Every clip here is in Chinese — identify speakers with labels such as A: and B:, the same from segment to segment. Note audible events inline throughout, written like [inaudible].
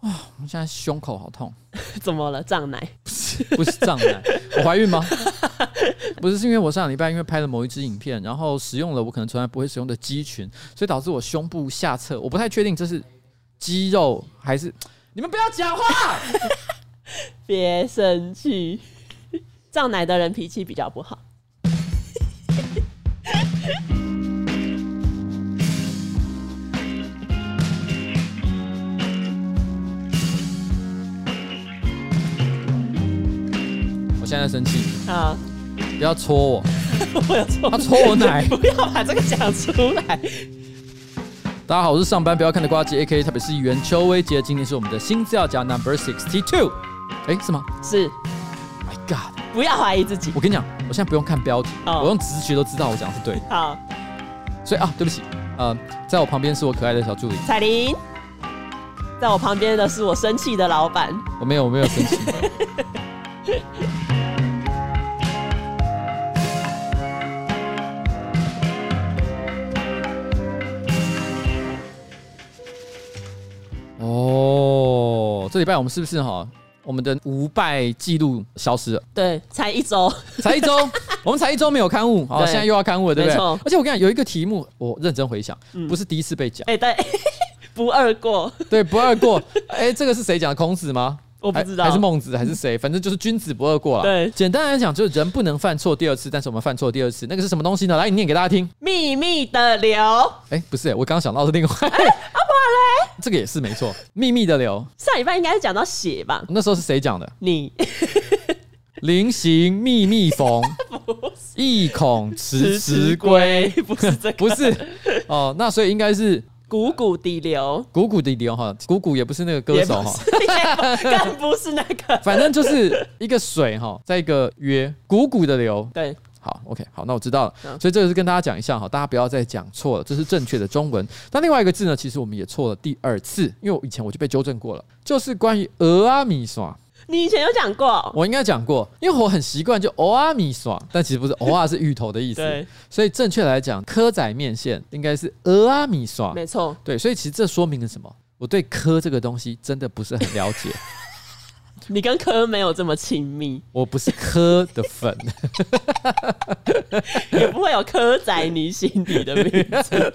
A: 我现在胸口好痛，
B: [laughs] 怎么了？胀奶？
A: 不是胀奶，我怀孕吗？不是，是因为我上礼拜因为拍了某一支影片，然后使用了我可能从来不会使用的肌群，所以导致我胸部下侧，我不太确定这是肌肉还是……你们不要讲话！
B: 别生气，胀奶的人脾气比较不好。
A: 我现在在生气，
B: 啊， [laughs]
A: 不要戳我，
B: 我有错，
A: 他戳我奶
B: [laughs] 不要把这个讲出来。
A: 大家好，我是上班不要看的瓜姐 A K 台北市议员邱威杰，今天是我们的新资料夹 Number Sixty Two，哎，是吗
B: 是，
A: ？My God！
B: 不要怀疑自己。
A: 我跟你讲，我现在不用看标题，
B: 哦
A: 我用直觉都知道我讲的是对的。
B: 好，
A: 所以啊，对不起，呃，在我旁边是我可爱的小助理，
B: 彩玲，在我旁边的是我生气的老板。
A: 我没有，我没有生气。哦，这礼拜我们是不是哈，我们的无败记录消失了？
B: 对，才一周，
A: 才
B: [laughs]
A: 一周，我们才一周没有刊物，好，
B: 对
A: 现在又要刊物了，对不
B: 没
A: 对
B: 错？
A: 而且我跟你讲，有一个题目，我认真回想，不是第一次被讲，
B: 哎、对， [laughs] 不二过，
A: [laughs] 对，不二过。哎，这个是谁讲的？孔子吗？
B: 我不知道
A: 还还是孟子还是谁，反正就是君子不二过了。
B: 对
A: 简单来讲就是人不能犯错第二次，但是我们犯错第二次，那个是什么东西呢？来，你念给大家听。
B: 秘密的流，
A: 哎，不是，我刚刚想到的另外，
B: 哎啊
A: 阿伯嘞，这个也是没错，秘密的流。
B: 上礼拜应该是讲到血吧？
A: 那时候是谁讲的？
B: 你
A: 菱形密密缝， [laughs] 意恐迟迟归。
B: [laughs] 不是这
A: [laughs]
B: 个，
A: 不是哦，那所以应该是
B: 股骨底流，
A: 谷谷的流哈，谷谷也不是那个歌
B: 也
A: 手
B: 不
A: 哈。
B: 是， [laughs] 也不更不是那个。
A: 反正就是一个水哈，在一个约谷谷的流，
B: 对，
A: 好，OK，好，那我知道了。
B: 嗯
A: 所以这个是跟大家讲一下哈，大家不要再讲错了，这是正确的中文。那另外一个字呢，其实我们也错了第二次，因为我以前我就被纠正过了，就是关于俄阿米耍，
B: 你以前有讲过，
A: 我应该讲过，因为我很习惯就俄阿米耍，但其实不是，俄阿是芋头的意思
B: [laughs] 对，
A: 所以正确来讲，蚵仔面线应该是俄阿米耍。
B: 没错，
A: 对，所以其实这说明了什么？我对科这个东西真的不是很了解，
B: 你跟科没有这么亲密， [laughs]
A: 我不是科的粉。 [laughs]
B: 也不会有科仔你心底的秘密，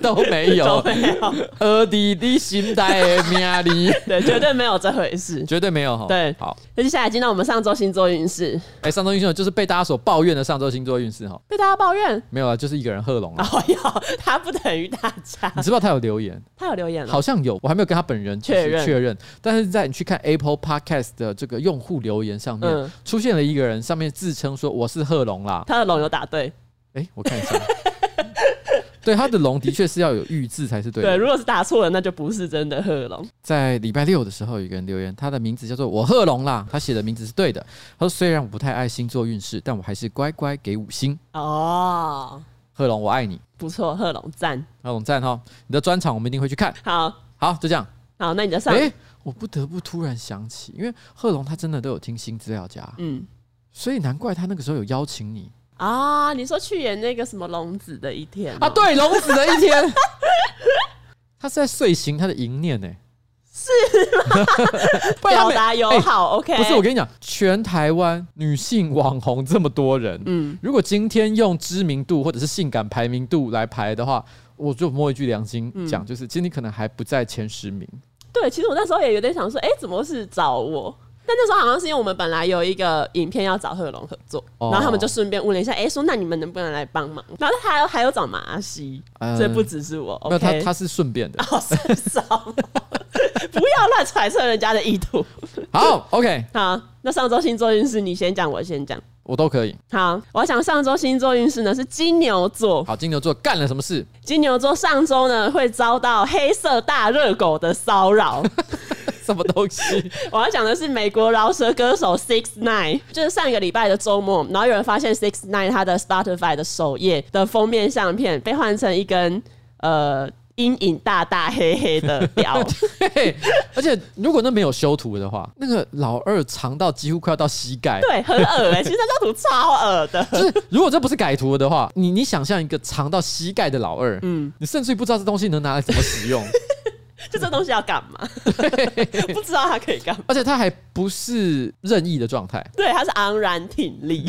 A: 都 [laughs] 没
B: 都
A: 有，
B: 没有，
A: 呃，弟弟心态的命里
B: 对，绝对没有这回事。
A: 绝对没有哈。
B: 对
A: 好，
B: 那接下来进到我们上周星座运势，
A: 哎、上周运势就是被大家所抱怨的上周星座运势哈，
B: 被大家抱怨，
A: 没有啊，就是一个人贺龙啊。
B: 哦哟，他不等于大家
A: [laughs] 你，知不知道他有留
B: [laughs]
A: 言？
B: 他有留言了，
A: 好像有，我还没有跟他本人就是
B: 确认
A: 确认，但是在你去看 Apple Podcast 的这个用户留言上面，
B: 嗯
A: 出现了一个人，上面自称说我是贺龙啦。
B: 他的龙有答对，
A: 哎、我看一下， [laughs] 对，他的龙的确是要有玉字才是对的。
B: 对，如果是答错了，那就不是真的贺龙，
A: 在礼拜六的时候，有一个人留言，他的名字叫做我贺龙啦，他写的名字是对的。他说虽然我不太爱星座运势，但我还是乖乖给五星。
B: 哦，
A: 贺龙，我爱你。
B: 不错，贺龙赞，
A: 贺龙赞哈，你的专场我们一定会去看。
B: 好
A: 好，就这样。
B: 好，那你的上，
A: 哎、我不得不突然想起，因为贺龙他真的都有听新资料夹，
B: 嗯。
A: 所以难怪他那个时候有邀请你
B: 啊，你说去演那个什么龙子的一天哦
A: 啊。，对，龙子的一天， [laughs] 他是在遂行他的淫念呢、是吗？ [laughs] 不然他
B: 表
A: 没哎
B: 达友好、o k
A: 不是，我跟你讲，全台湾女性网红这么多人，
B: 嗯，
A: 如果今天用知名度或者是性感排名度来排的话，我就摸一句良心讲，就是其实你可能还不在前十名。
B: 对，其实我那时候也有点想说，哎、怎么是找我？但那时候好像是因为我们本来有一个影片要找贺龙合作，
A: 哦
B: 然后他们就顺便问了一下，哎、说那你们能不能来帮忙？然后他还有还有找马西，
A: 嗯
B: 所以不只是我
A: 没有，他
B: ，OK，
A: 他是顺便的。
B: [laughs] 好是少， [laughs] 不要乱揣测人家的意图。
A: 好，OK，
B: 好，那上周星座运势你先讲，我先讲。
A: 我都可以。
B: 好，我想上周星座运势呢是金牛座，
A: 好，金牛座干了什么
B: [laughs]
A: 事？
B: 金牛座上周呢会遭到黑色大热狗的骚扰。
A: 什么东
B: [laughs]
A: 西？
B: 我要讲的是美国饶舌歌手 Six Nine，就是上一个礼拜的周末，然后有人发现 Six Nine 他的 Spotify 的首页的封面相片被换成一根呃阴影大大黑黑的屌，
A: 嘿嘿而且如果那没有修图的话，那个老二长到几乎快要到膝
B: [laughs]
A: 盖。
B: 对，很恶哎、其实那张图超恶的。
A: 就是如果这不是改图的话，你
B: [laughs]
A: 你想象一个长到膝盖的老二，嗯，你甚至于不知道这东西能拿来怎么使用。
B: 就这东西要干嘛？ [laughs] 不知道它可以干嘛。
A: 而且它还不是任意的状态，
B: 对，它是昂然挺立。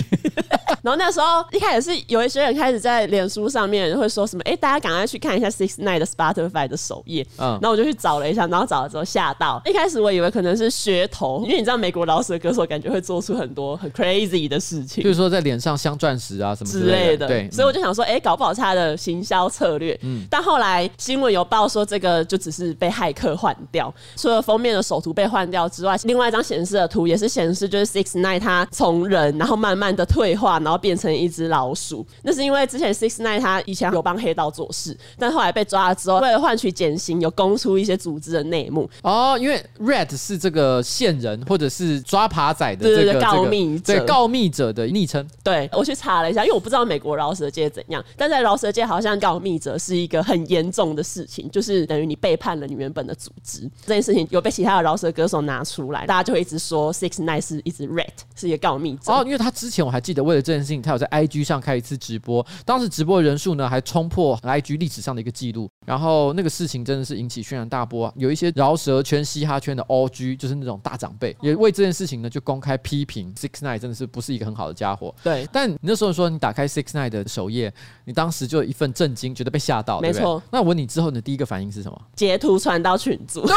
B: 然后那时候一开始是有一些人开始在脸书上面会说什么，哎、大家赶快去看一下 Six Nine 的 Spotify 的首页。
A: 嗯
B: 然，后我就去找了一下，然后找了之后吓到。一开始我以为可能是噱头，因为你知道美国老舌歌手感觉会做出很多很 crazy 的事情
A: 比。如说在脸上镶钻石啊什么
B: 之类
A: 的，
B: 的，
A: 对，嗯
B: 所以我就想说，哎、搞不好是他的行销策略。但后来新闻有报说，这个就只是被骇客换掉，除了封面的首图被换掉之外，另外一张显示的图也是显示，就是 Six Nine 它从人，然后慢慢的退化，然后变成一只老鼠。那是因为之前 Six Nine 他以前有帮黑道做事，但后来被抓了之后，为了换取减刑，有供出一些组织的内幕，
A: 哦，因为 Red 是这个线人或者是抓爬仔的
B: 对
A: 这
B: 对
A: 个
B: 对告
A: 这个
B: 密者
A: 对告密者的昵称，
B: 对我去查了一下，因为我不知道美国饶舌界怎样，但在饶舌界好像告密者是一个很严重的事情，就是等于你背叛了你原本的组织。这件事情有被其他的饶舌歌手拿出来，大家就会一直说 Six Nine 是一只 rat，是一个告密者。
A: 哦，因为他之前我还记得，为了这件事情，他有在 IG 上开一次直播，当时直播人数呢还冲破 IG 历史上的一个记录。然后那个事情真的是引起轩然大波、啊，有一些饶舌圈、嘻哈圈的 OG，就是那种大长辈，也为这件事情呢就公开批评 Six Nine 真的是不是一个很好的家伙。
B: 对，
A: 但你那时候说你打开 Six Nine 的首页，你当时就有一份震惊，觉得被吓到，对不对
B: 没错。
A: 那我问你之后，你的第一个反应是什么？ [laughs]
B: 截图传到群组， [laughs]
A: 对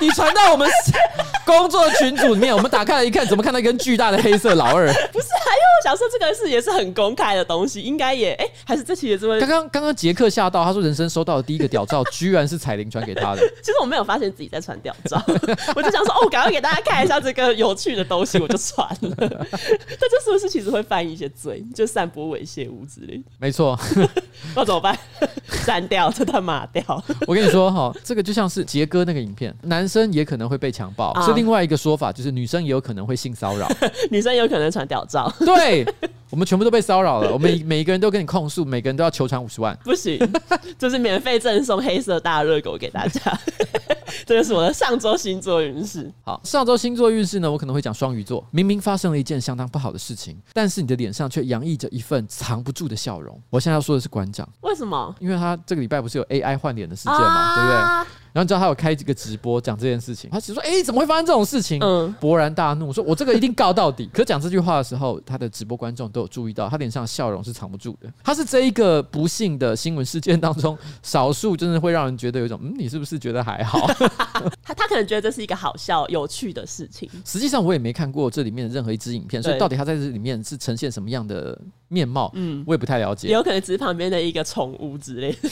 A: 你传到我们 [laughs] 工作群组里面，我们打开来一看，怎么看到一根巨大的黑色老二？
B: 我想说这个是也是很公开的东西，应该也哎、还是这期也这么。
A: 刚刚刚刚杰克吓到，他说人生收到的第一个屌照，居然是彩铃传给他的。 [laughs]
B: 其实我没有发现自己在传屌照， [laughs] 我就想说哦，赶快给大家看一下这个有趣的东西，我就传了。 [laughs] 但这是不是其实会犯一些罪，就散播猥亵物之类的？
A: 没错，
B: [laughs] 那怎么办？删掉，这他妈掉。
A: [laughs] 我跟你说哈，这个就像是杰哥那个影片，男生也可能会被强暴，
B: 啊
A: 是另外一个说法，就是女生也有可能会性骚扰。
B: 女生有可能传屌照，
A: 对， [laughs] 我们全部都被骚扰了，我们每一个人都跟你控诉，每个人都要求偿五十万。
B: 不行， [laughs] 就是免费赠送黑色大热狗给大家。 [laughs] 这就是我的上周星座运势。
A: 好，上周星座运势呢，我可能会讲双鱼座，明明发生了一件相当不好的事情，但是你的脸上却洋溢着一份藏不住的笑容。我现在要说的是馆长，
B: 为什么？
A: 因为他这个礼拜不是有 AI 换脸的事件
B: 啊
A: 嘛，对不对？然后你知道他有开这个直播讲这件事情，他只说：“哎、怎么会发生这种事情？”
B: 嗯
A: 勃然大怒，说：“我这个一定告到底。” [laughs] 可讲这句话的时候，他的直播观众都有注意到，他脸上的笑容是藏不住的。他是这一个不幸的新闻事件当中，少数真的会让人觉得有一种，嗯，你是不是觉得还好？ [laughs]
B: 对？他他可能觉得这是一个好笑、有趣的事情。
A: 实际上我也没看过这里面的任何一支影片，所以
B: 对
A: 到底他在这里面是呈现什么样的面貌，嗯，我也不太了
B: 也
A: 解。
B: 有可能只是旁边的一个宠物之类的，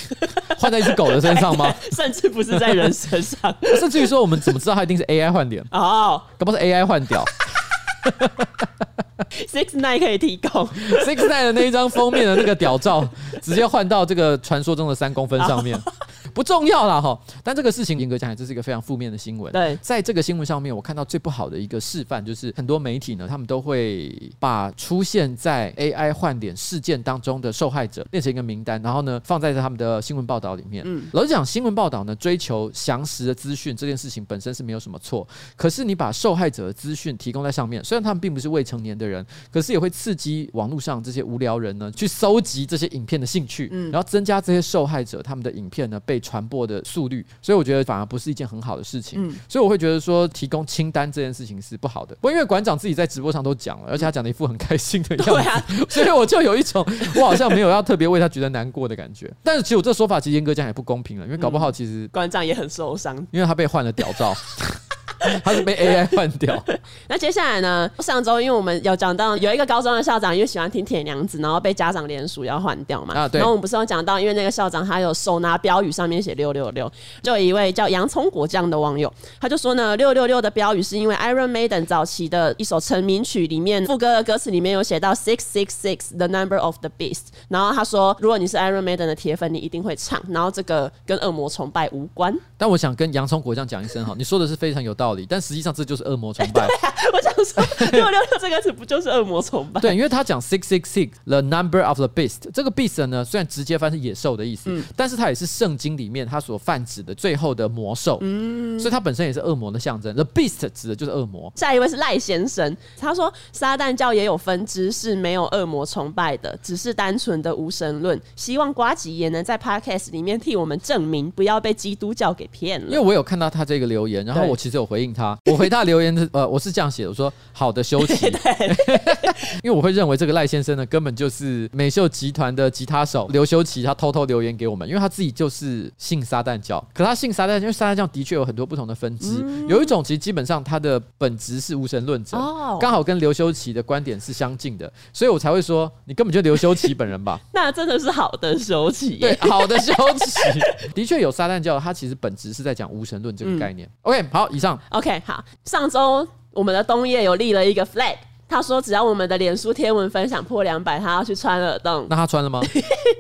A: 换在一只狗的身上
B: [laughs]
A: 吗？
B: 甚至不是在人
A: [laughs]
B: 身上。
A: 甚至于说，我们怎么知道他一定是 AI 换脸？
B: 哦、
A: 搞不好是 AI 换掉。
B: s i x Nine 可以提供，
A: Six Nine 的那一张封面的那个屌照，直接换到这个传说中的三公分上面， [laughs] 不重要啦哈。但这个事情严格讲来，这是一个非常负面的新闻。
B: 对
A: 在这个新闻上面，我看到最不好的一个示范，就是很多媒体呢，他们都会把出现在 AI 换脸事件当中的受害者列成一个名单，然后呢放在他们的新闻报道里面。老实讲，新闻报道呢追求详实的资讯，这件事情本身是没有什么错。可是你把受害者的资讯提供在上面，虽然他们并不是未成年的人，可是也会刺激网络上这些无聊人呢去搜集这些影片的兴趣，
B: 嗯
A: 然后增加这些受害者他们的影片呢被传播的速率。所以我觉得反而不是一件很好的事
B: 嗯
A: 情。所以我会觉得说提供清单这件事情是不好的。不过因为馆长自己在直播上都讲了，而且他讲的一副很开心的样子，
B: 对啊，
A: [laughs] 所以我就有一种我好像没有要特别为他觉得难过的感觉。但是其实我这说法其实严格讲也不公平了，因为搞不好其实、
B: 馆长也很受伤。
A: 因为他被换了屌照， [laughs] 他是被 AI 换掉。
B: 那接下来呢？上周因为我们有讲到有一个高中的校长，因为喜欢听铁娘子，然后被家长联署要换掉嘛。
A: 啊对
B: 然后我们不是有讲到，因为那个校长他有手拿标语，上面写六六六，就有一位叫洋葱果酱的网友，他就说呢，六六六的标语是因为 Iron Maiden 早期的一首成名曲里面副歌的歌词里面有写到 six six six the number of the beast，然后他说，如果你是 Iron Maiden 的铁粉，你一定会唱，然后这个跟恶魔崇拜无关。 [laughs]
A: 但我想跟洋葱果酱讲一声哈，你说的是非常有道理，但实际上这就是恶魔崇拜。
B: 我想说，六六六这个词不就是恶魔崇拜？
A: 对，因为他讲 six six six the number of the beast，这个 beast 呢，虽然直接翻是野兽的意思，但是它也是圣经里面它所泛指的最后的魔兽，所以它本身也是恶魔的象征。the beast 指的就是恶魔。
B: 下一位是赖先生，他说撒旦教也有分支是没有恶魔崇拜的，只是单纯的无神论。希望瓜吉也能在 podcast 里面替我们证明，不要被基督教给骗
A: 因
B: 了 [laughs]
A: 为。我有看到他这个留言，然后
B: 对
A: 我其实有回应他， [laughs] 我回他留言的，呃，我是这样写的，我说好的休
B: [laughs]
A: 息， [laughs] 因为我会认为这个赖先生呢，根本就是美秀集团的吉他手刘修齐，他偷偷留言给我们，因为他自己就是信撒旦教，可他信撒旦，因为撒旦教的确有很多不同的分支，
B: 嗯
A: 有一种其实基本上他的本质是无神论者，
B: 哦
A: 刚好跟刘修齐的观点是相近的，所以我才会说你根本就刘修齐本人吧。
B: 那真的是好的休息耶
A: [laughs] 对，好的修齐， [laughs] 的确有撒旦教，它其实本质是在讲无神论这个概念。OK，好，以上
B: OK，好，上周我们的冬叶有立了一个 flag，他说只要我们的脸书贴文分享破两百，他要去穿耳洞。
A: 那他穿了 [laughs] 吗？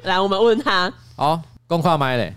B: 来，我们问他，
A: 好，公跨麦嘞，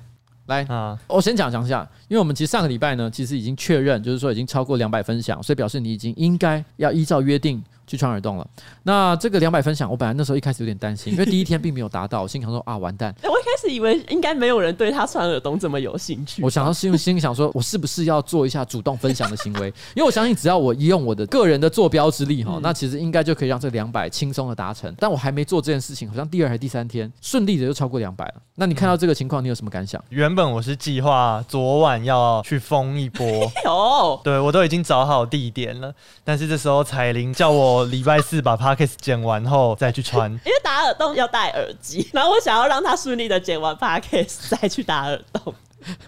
A: 来。
C: 啊，
A: 我先讲讲一下，因为我们其实上个礼拜呢，其实已经确认，就是说已经超过两百分享，所以表示你已经应该要依照约定去穿耳洞了。那这个两百分享，我本来那时候一开始有点担心，因为第一天并没有达到，我心想说啊，完蛋。
B: 我一开始以为应该没有人对他穿耳洞这么有兴趣
A: [laughs] 我。想要心心里想说，我是不是要做一下主动分享的行为？ [laughs] 因为我相信，只要我用我的个人的坐标之力哈，那其实应该就可以让这两百轻松的达成。但我还没做这件事情，好像第二还第三天，顺利的就超过两百了。那你看到这个情况，你有什么感想？
C: 原本我是计划昨晚要去疯一
A: [laughs]
C: 波，
B: 有，
C: 对我都已经找好地点了，但是这时候彩铃叫我礼拜四把 p o c k e t 剪完后再去穿。 [laughs]
B: 因为打耳洞要戴耳机，然后我想要让他顺利的剪完 podcast [laughs] 再去打耳洞， [laughs]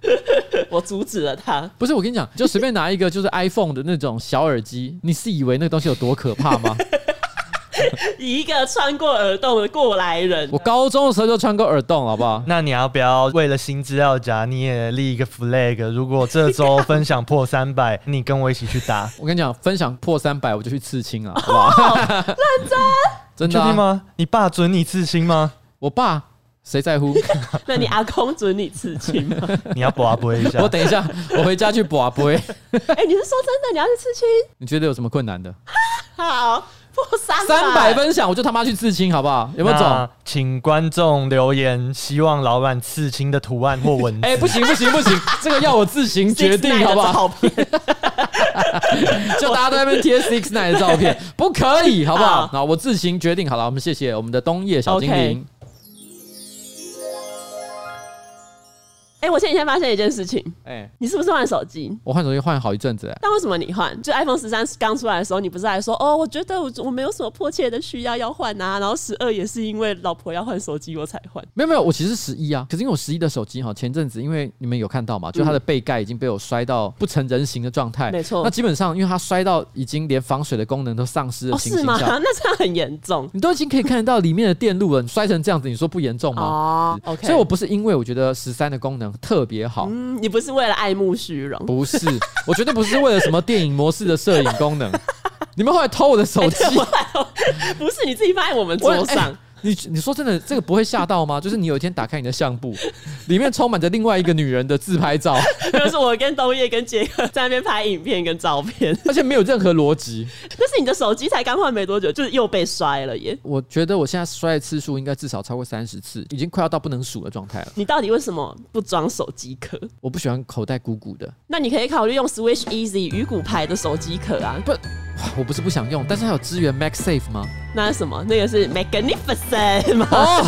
B: 我阻止了他。
A: 不是，我跟 [laughs] 你讲，就随便拿一个就是 iPhone 的那种小耳机，你是以为那个东西有多可怕 [laughs] 吗？
B: 以一个穿过耳洞的过来人
A: 我，高中的时候就穿过耳洞，好不好？
C: 那你要不要为了新资料夹，你也立一个 flag？如果这周分享破三百，你跟我一起去打，
A: 我跟你讲，分享破三百，我就去刺青了，好不 [laughs] 好？ [laughs] 认真，真
C: 确
A: 的、
C: 定
A: 啊？
C: 吗？你爸准你刺
A: [laughs]
C: 青吗？
A: 我爸谁在 [laughs] 乎？
B: 那你阿公准你刺青吗？
C: 你要不要播一下
A: 我？等一下，我回家去拔杯。
B: 哎、你是说真的？你要去刺青？
A: 你觉得有什么困难的？
B: 好，破三
A: 三百分享，我就他妈去刺青，好不好？有没有种？
C: 那请观众留言，希望老板刺青的图案或文
A: [laughs]
C: 字。
A: 哎、不行不行不行，这个要我自行决
B: [laughs]
A: 定，好不好？
B: 片
A: 就大家都在那边贴 Six Nine 的照片，不可以，好不好？
B: 好
A: 好，我自行决定好了。我们谢谢我们的冬夜小精灵
B: OK 哎、我前几天发现一件事情，
A: 哎、
B: 你是不是换手机？
A: 我换手机换好一阵子、哎
B: 但为什么你换？就 iPhone 十三刚出来的时候，你不是还说哦，我觉得我我没有什么迫切的需要要换啊。然后十二也是因为老婆要换手机我才换。
A: 没有没有，我其实十一啊，可是因为我十一的手机哈，前阵子因为你们有看到嘛，就它的背盖已经被我摔到不成人形的状态，
B: 嗯没错
A: 那基本上因为它摔到已经连防水的功能都丧失
B: 哦，
A: 的情
B: 是
A: 形
B: 吗？
A: 下，
B: [laughs] 那这样很严重
A: 你都已经可以看得到里面的电路了，你摔成这样子，你说不严重吗？
B: 哦。OK，
A: 所以我不是因为我觉得十三的功能特别好，
B: 嗯，你不是为了爱慕虚荣？
A: 不是，我绝对不是为了什么电影模式的摄影功 [laughs] 能。你们后来偷我的
B: [laughs]
A: 手机，
B: 不是你自己放在我们
A: 我
B: 桌上， [laughs]
A: 哎你你说真的，这个不会吓到吗？就是你有一天打开你的相簿，里面充满着另外一个女人的自拍照，
B: 就是我跟冬叶跟杰克在那边拍影片跟照片。 [laughs]
A: 而且没有任何逻辑。
B: 但是你的手机才刚换没多久，就是又被摔了耶！
A: [laughs] 我觉得我现在摔的次数应该至少超过三十次，已经快要到不能数的状态了。
B: 你到底为什么不装手机壳？
A: 我不喜欢口袋鼓鼓的， [laughs]
B: 那你可以考虑用 Switch Easy 鱼骨牌的手机壳啊。
A: 哇我不是不想用，但是它有支援 MagSafe 吗？
B: 那是什么？那个是 Magnificent [laughs] 吗？
A: 哦，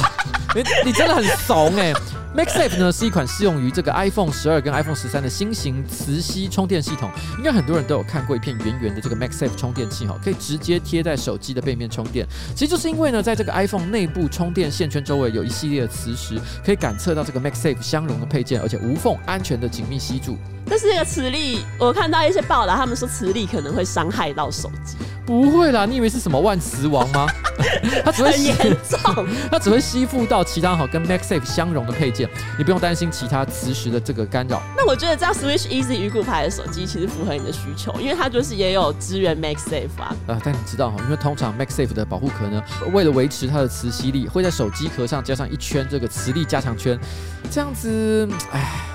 A: 你你真的很怂哎、MagSafe 呢是一款适用于这个 iPhone 十二跟 iPhone 十三的新型磁吸充电系统，应该很多人都有看过一片圆圆的这个 MagSafe 充电器哈，可以直接贴在手机的背面充电。其实就是因为呢，在这个 iPhone 内部充电线圈周围有一系列的磁石，可以感测到这个 MagSafe 相容的配件，而且无缝安全的紧密吸住。
B: 但是那个磁力，我看到一些报道，他们说磁力可能会伤害到手机，
A: 不会啦，你以为是什么万磁王吗？ [laughs] 它只会
B: [laughs] 很
A: 吸
B: 严重。
A: 它只会吸附到其他好跟 MagSafe 相容的配件，你不用担心其他磁石的这个干扰。
B: 那我觉得这样 Switch Easy 鱼骨牌的手机其实符合你的需求，因为它就是也有支援 MagSafe 啊。
A: 啊、但你知道哈，因为通常 MagSafe 的保护壳呢，为了维持它的磁吸力，会在手机壳上加上一圈这个磁力加强圈，这样子，唉，哎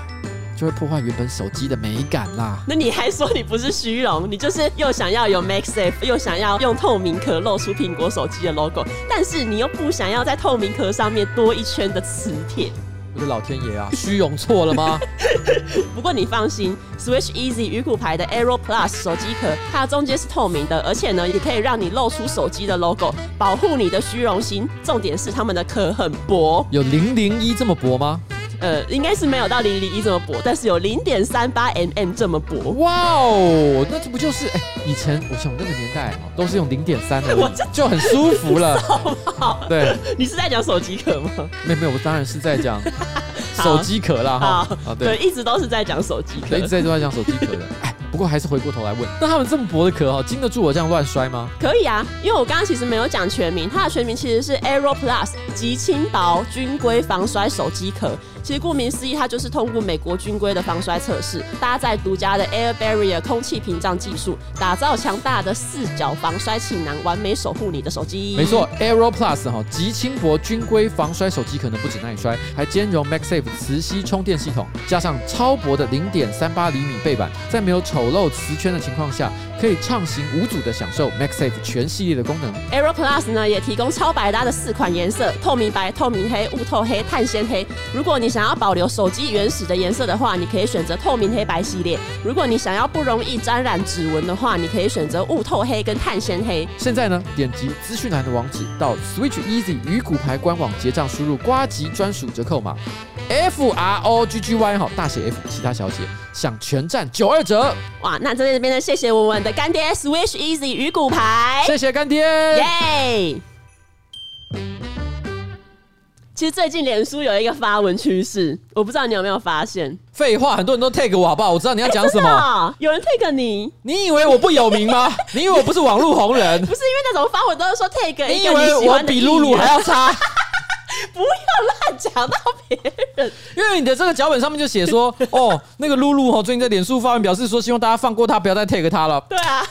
A: 就会破坏原本手机的美感啦。
B: 那你还说你不是虚荣，你就是又想要有 MagSafe，又想要用透明壳露出苹果手机的 logo，但是你又不想要在透明壳上面多一圈的磁铁。
A: 我的老天爷啊，虚荣错了吗？
B: 不过你放心，Switch Easy 鱼骨牌的 Aero Plus 手机壳，它中间是透明的，而且呢，也可以让你露出手机的 logo，保护你的虚荣心。重点是它们的壳很薄，
A: 有零零一这么薄吗？
B: 呃，应该是没有到零零一这么薄，但是有零点三八 mm 这么薄。
A: 哇哦，那这不就是哎、以前我想我那个年代哦都是用零点三的
B: 我知，
A: 就很舒服了。对，
B: 你是在讲手机壳吗？
A: 没有没有，我当然是在讲手机壳啦哈
B: 啊。
A: 啊，对，
B: 对，一直都是在讲手机壳
A: 对一。直在都在讲手机壳的。哎，不过还是回过头来问，那他们这么薄的壳哦，经得住我这样乱摔吗？
B: 可以啊，因为我刚刚其实没有讲全名，它的全名其实是 Aero Plus 极轻薄军规防摔手机壳。其实顾名思义，它就是通过美国军规的防摔测试，搭载独家的 Air Barrier 空气屏障技术，打造强大的四角防摔气囊，完美守护你的手机。
A: 没错，Aero Plus 哈、极轻薄军规防摔手机可能不止耐摔，还兼容 MagSafe 磁吸充电系统，加上超薄的零点三八厘米背板，在没有丑陋磁圈的情况下，可以畅行无阻的享受 MagSafe 全系列的功能。
B: Aero Plus 呢也提供超百搭的四款颜色：透明白、透明黑、雾透黑、碳纤黑。如果你想要保留手机原始的颜色的话，你可以选择透明黑白系列；如果你想要不容易沾染指纹的话，你可以选择雾透黑跟碳纤黑。
A: 现在呢，点击资讯栏的网址，到 Switch Easy 鱼骨牌官网结账，输入瓜吉专属折扣码 F R O G G Y 哈，大写 F，其他小写，享全站九二折。
B: 哇，那这边这边呢，谢谢文文的干爹 Swish Easy 鱼骨牌，
A: 谢谢干爹。
B: 哎耶！其实最近脸书有一个发文趋势，我不知道你有没有发现？
A: 废话，很多人都 tag 我好不好？我知道你要讲什
B: 真的
A: 么。
B: 哦有人 take 你，
A: 你以为我不有名
B: [laughs]
A: 吗？你以为我不是网络红人
B: 不？是因为那种发文都是说 take 一个
A: 你以
B: 喜
A: 为啊我
B: 欢的
A: 比
B: 艺
A: 露露
B: 人
A: 还要差？
B: 不要乱讲到别人。
A: 因为你的这个脚本上面就写说，哦，那个露露哦，最近在脸书发文表示说，希望大家放过她，不要再 tag 她了。
B: 对
A: [laughs]
B: 啊，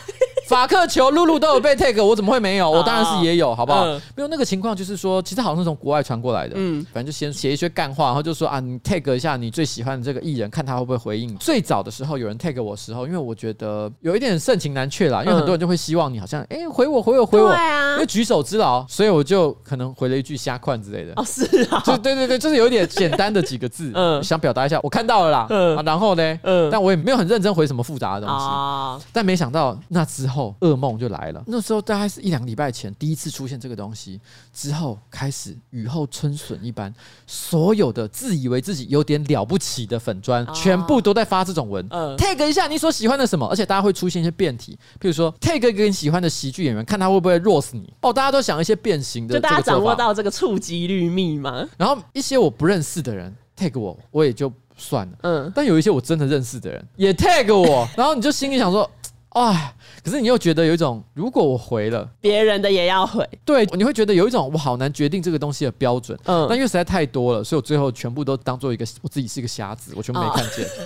A: 法克球、露露都有被 tag，我怎么会没有？我当然是也有，好不好？
B: 嗯
A: 没有那个情况，就是说，其实好像是从国外传过来的，嗯，反正就先写一些干话，然后就说啊，你 tag 一下你最喜欢的这个艺人，看他会不会回应。最早的时候，有人 tag 我的时候，因为我觉得有一点盛情难却啦，因为
B: 嗯
A: 很多人就会希望你好像，哎、回我，回我，回我，
B: 对啊
A: 因为举手之劳，所以我就可能回了一句瞎款之类的。
B: 哦是
A: [laughs]
B: 啊，
A: 就对对对，就是有一点简单的几个字，
B: [laughs] 嗯
A: 想表达一下，我看到了啦，
B: 嗯
A: 啊然后呢，
B: 嗯
A: 但我也没有很认真回什么复杂的东西，
B: 啊，
A: 但没想到那之后噩梦就来了。那时候大概是一两礼拜前第一次出现这个东西，之后开始雨后春笋一般，所有的自以为自己有点了不起的粉砖，
B: 哦
A: 全部都在发这种文。
B: 嗯
A: tag 一下你所喜欢的什么，而且大家会出现一些变体，譬如说 tag 一个你喜欢的喜剧演员，看他会不会 r 死你。哦，大家都想一些变形的
B: 就
A: 这个
B: 大家掌
A: 做法
B: 握到这个触及率密码，
A: 然后一些我不认识的人 tag 我，我也就算了。
B: 嗯，
A: 但有一些我真的认识的人也 tag 我， [laughs] 然后你就心里想说，哎，可是你又觉得有一种，如果我回了，
B: 别人的也要回，
A: 对，你会觉得有一种我好难决定这个东西的标准。
B: 嗯
A: 但因为实在太多了，所以我最后全部都当做一个我自己是一个瞎子，我全部没
B: 哦
A: 看见。
B: [laughs]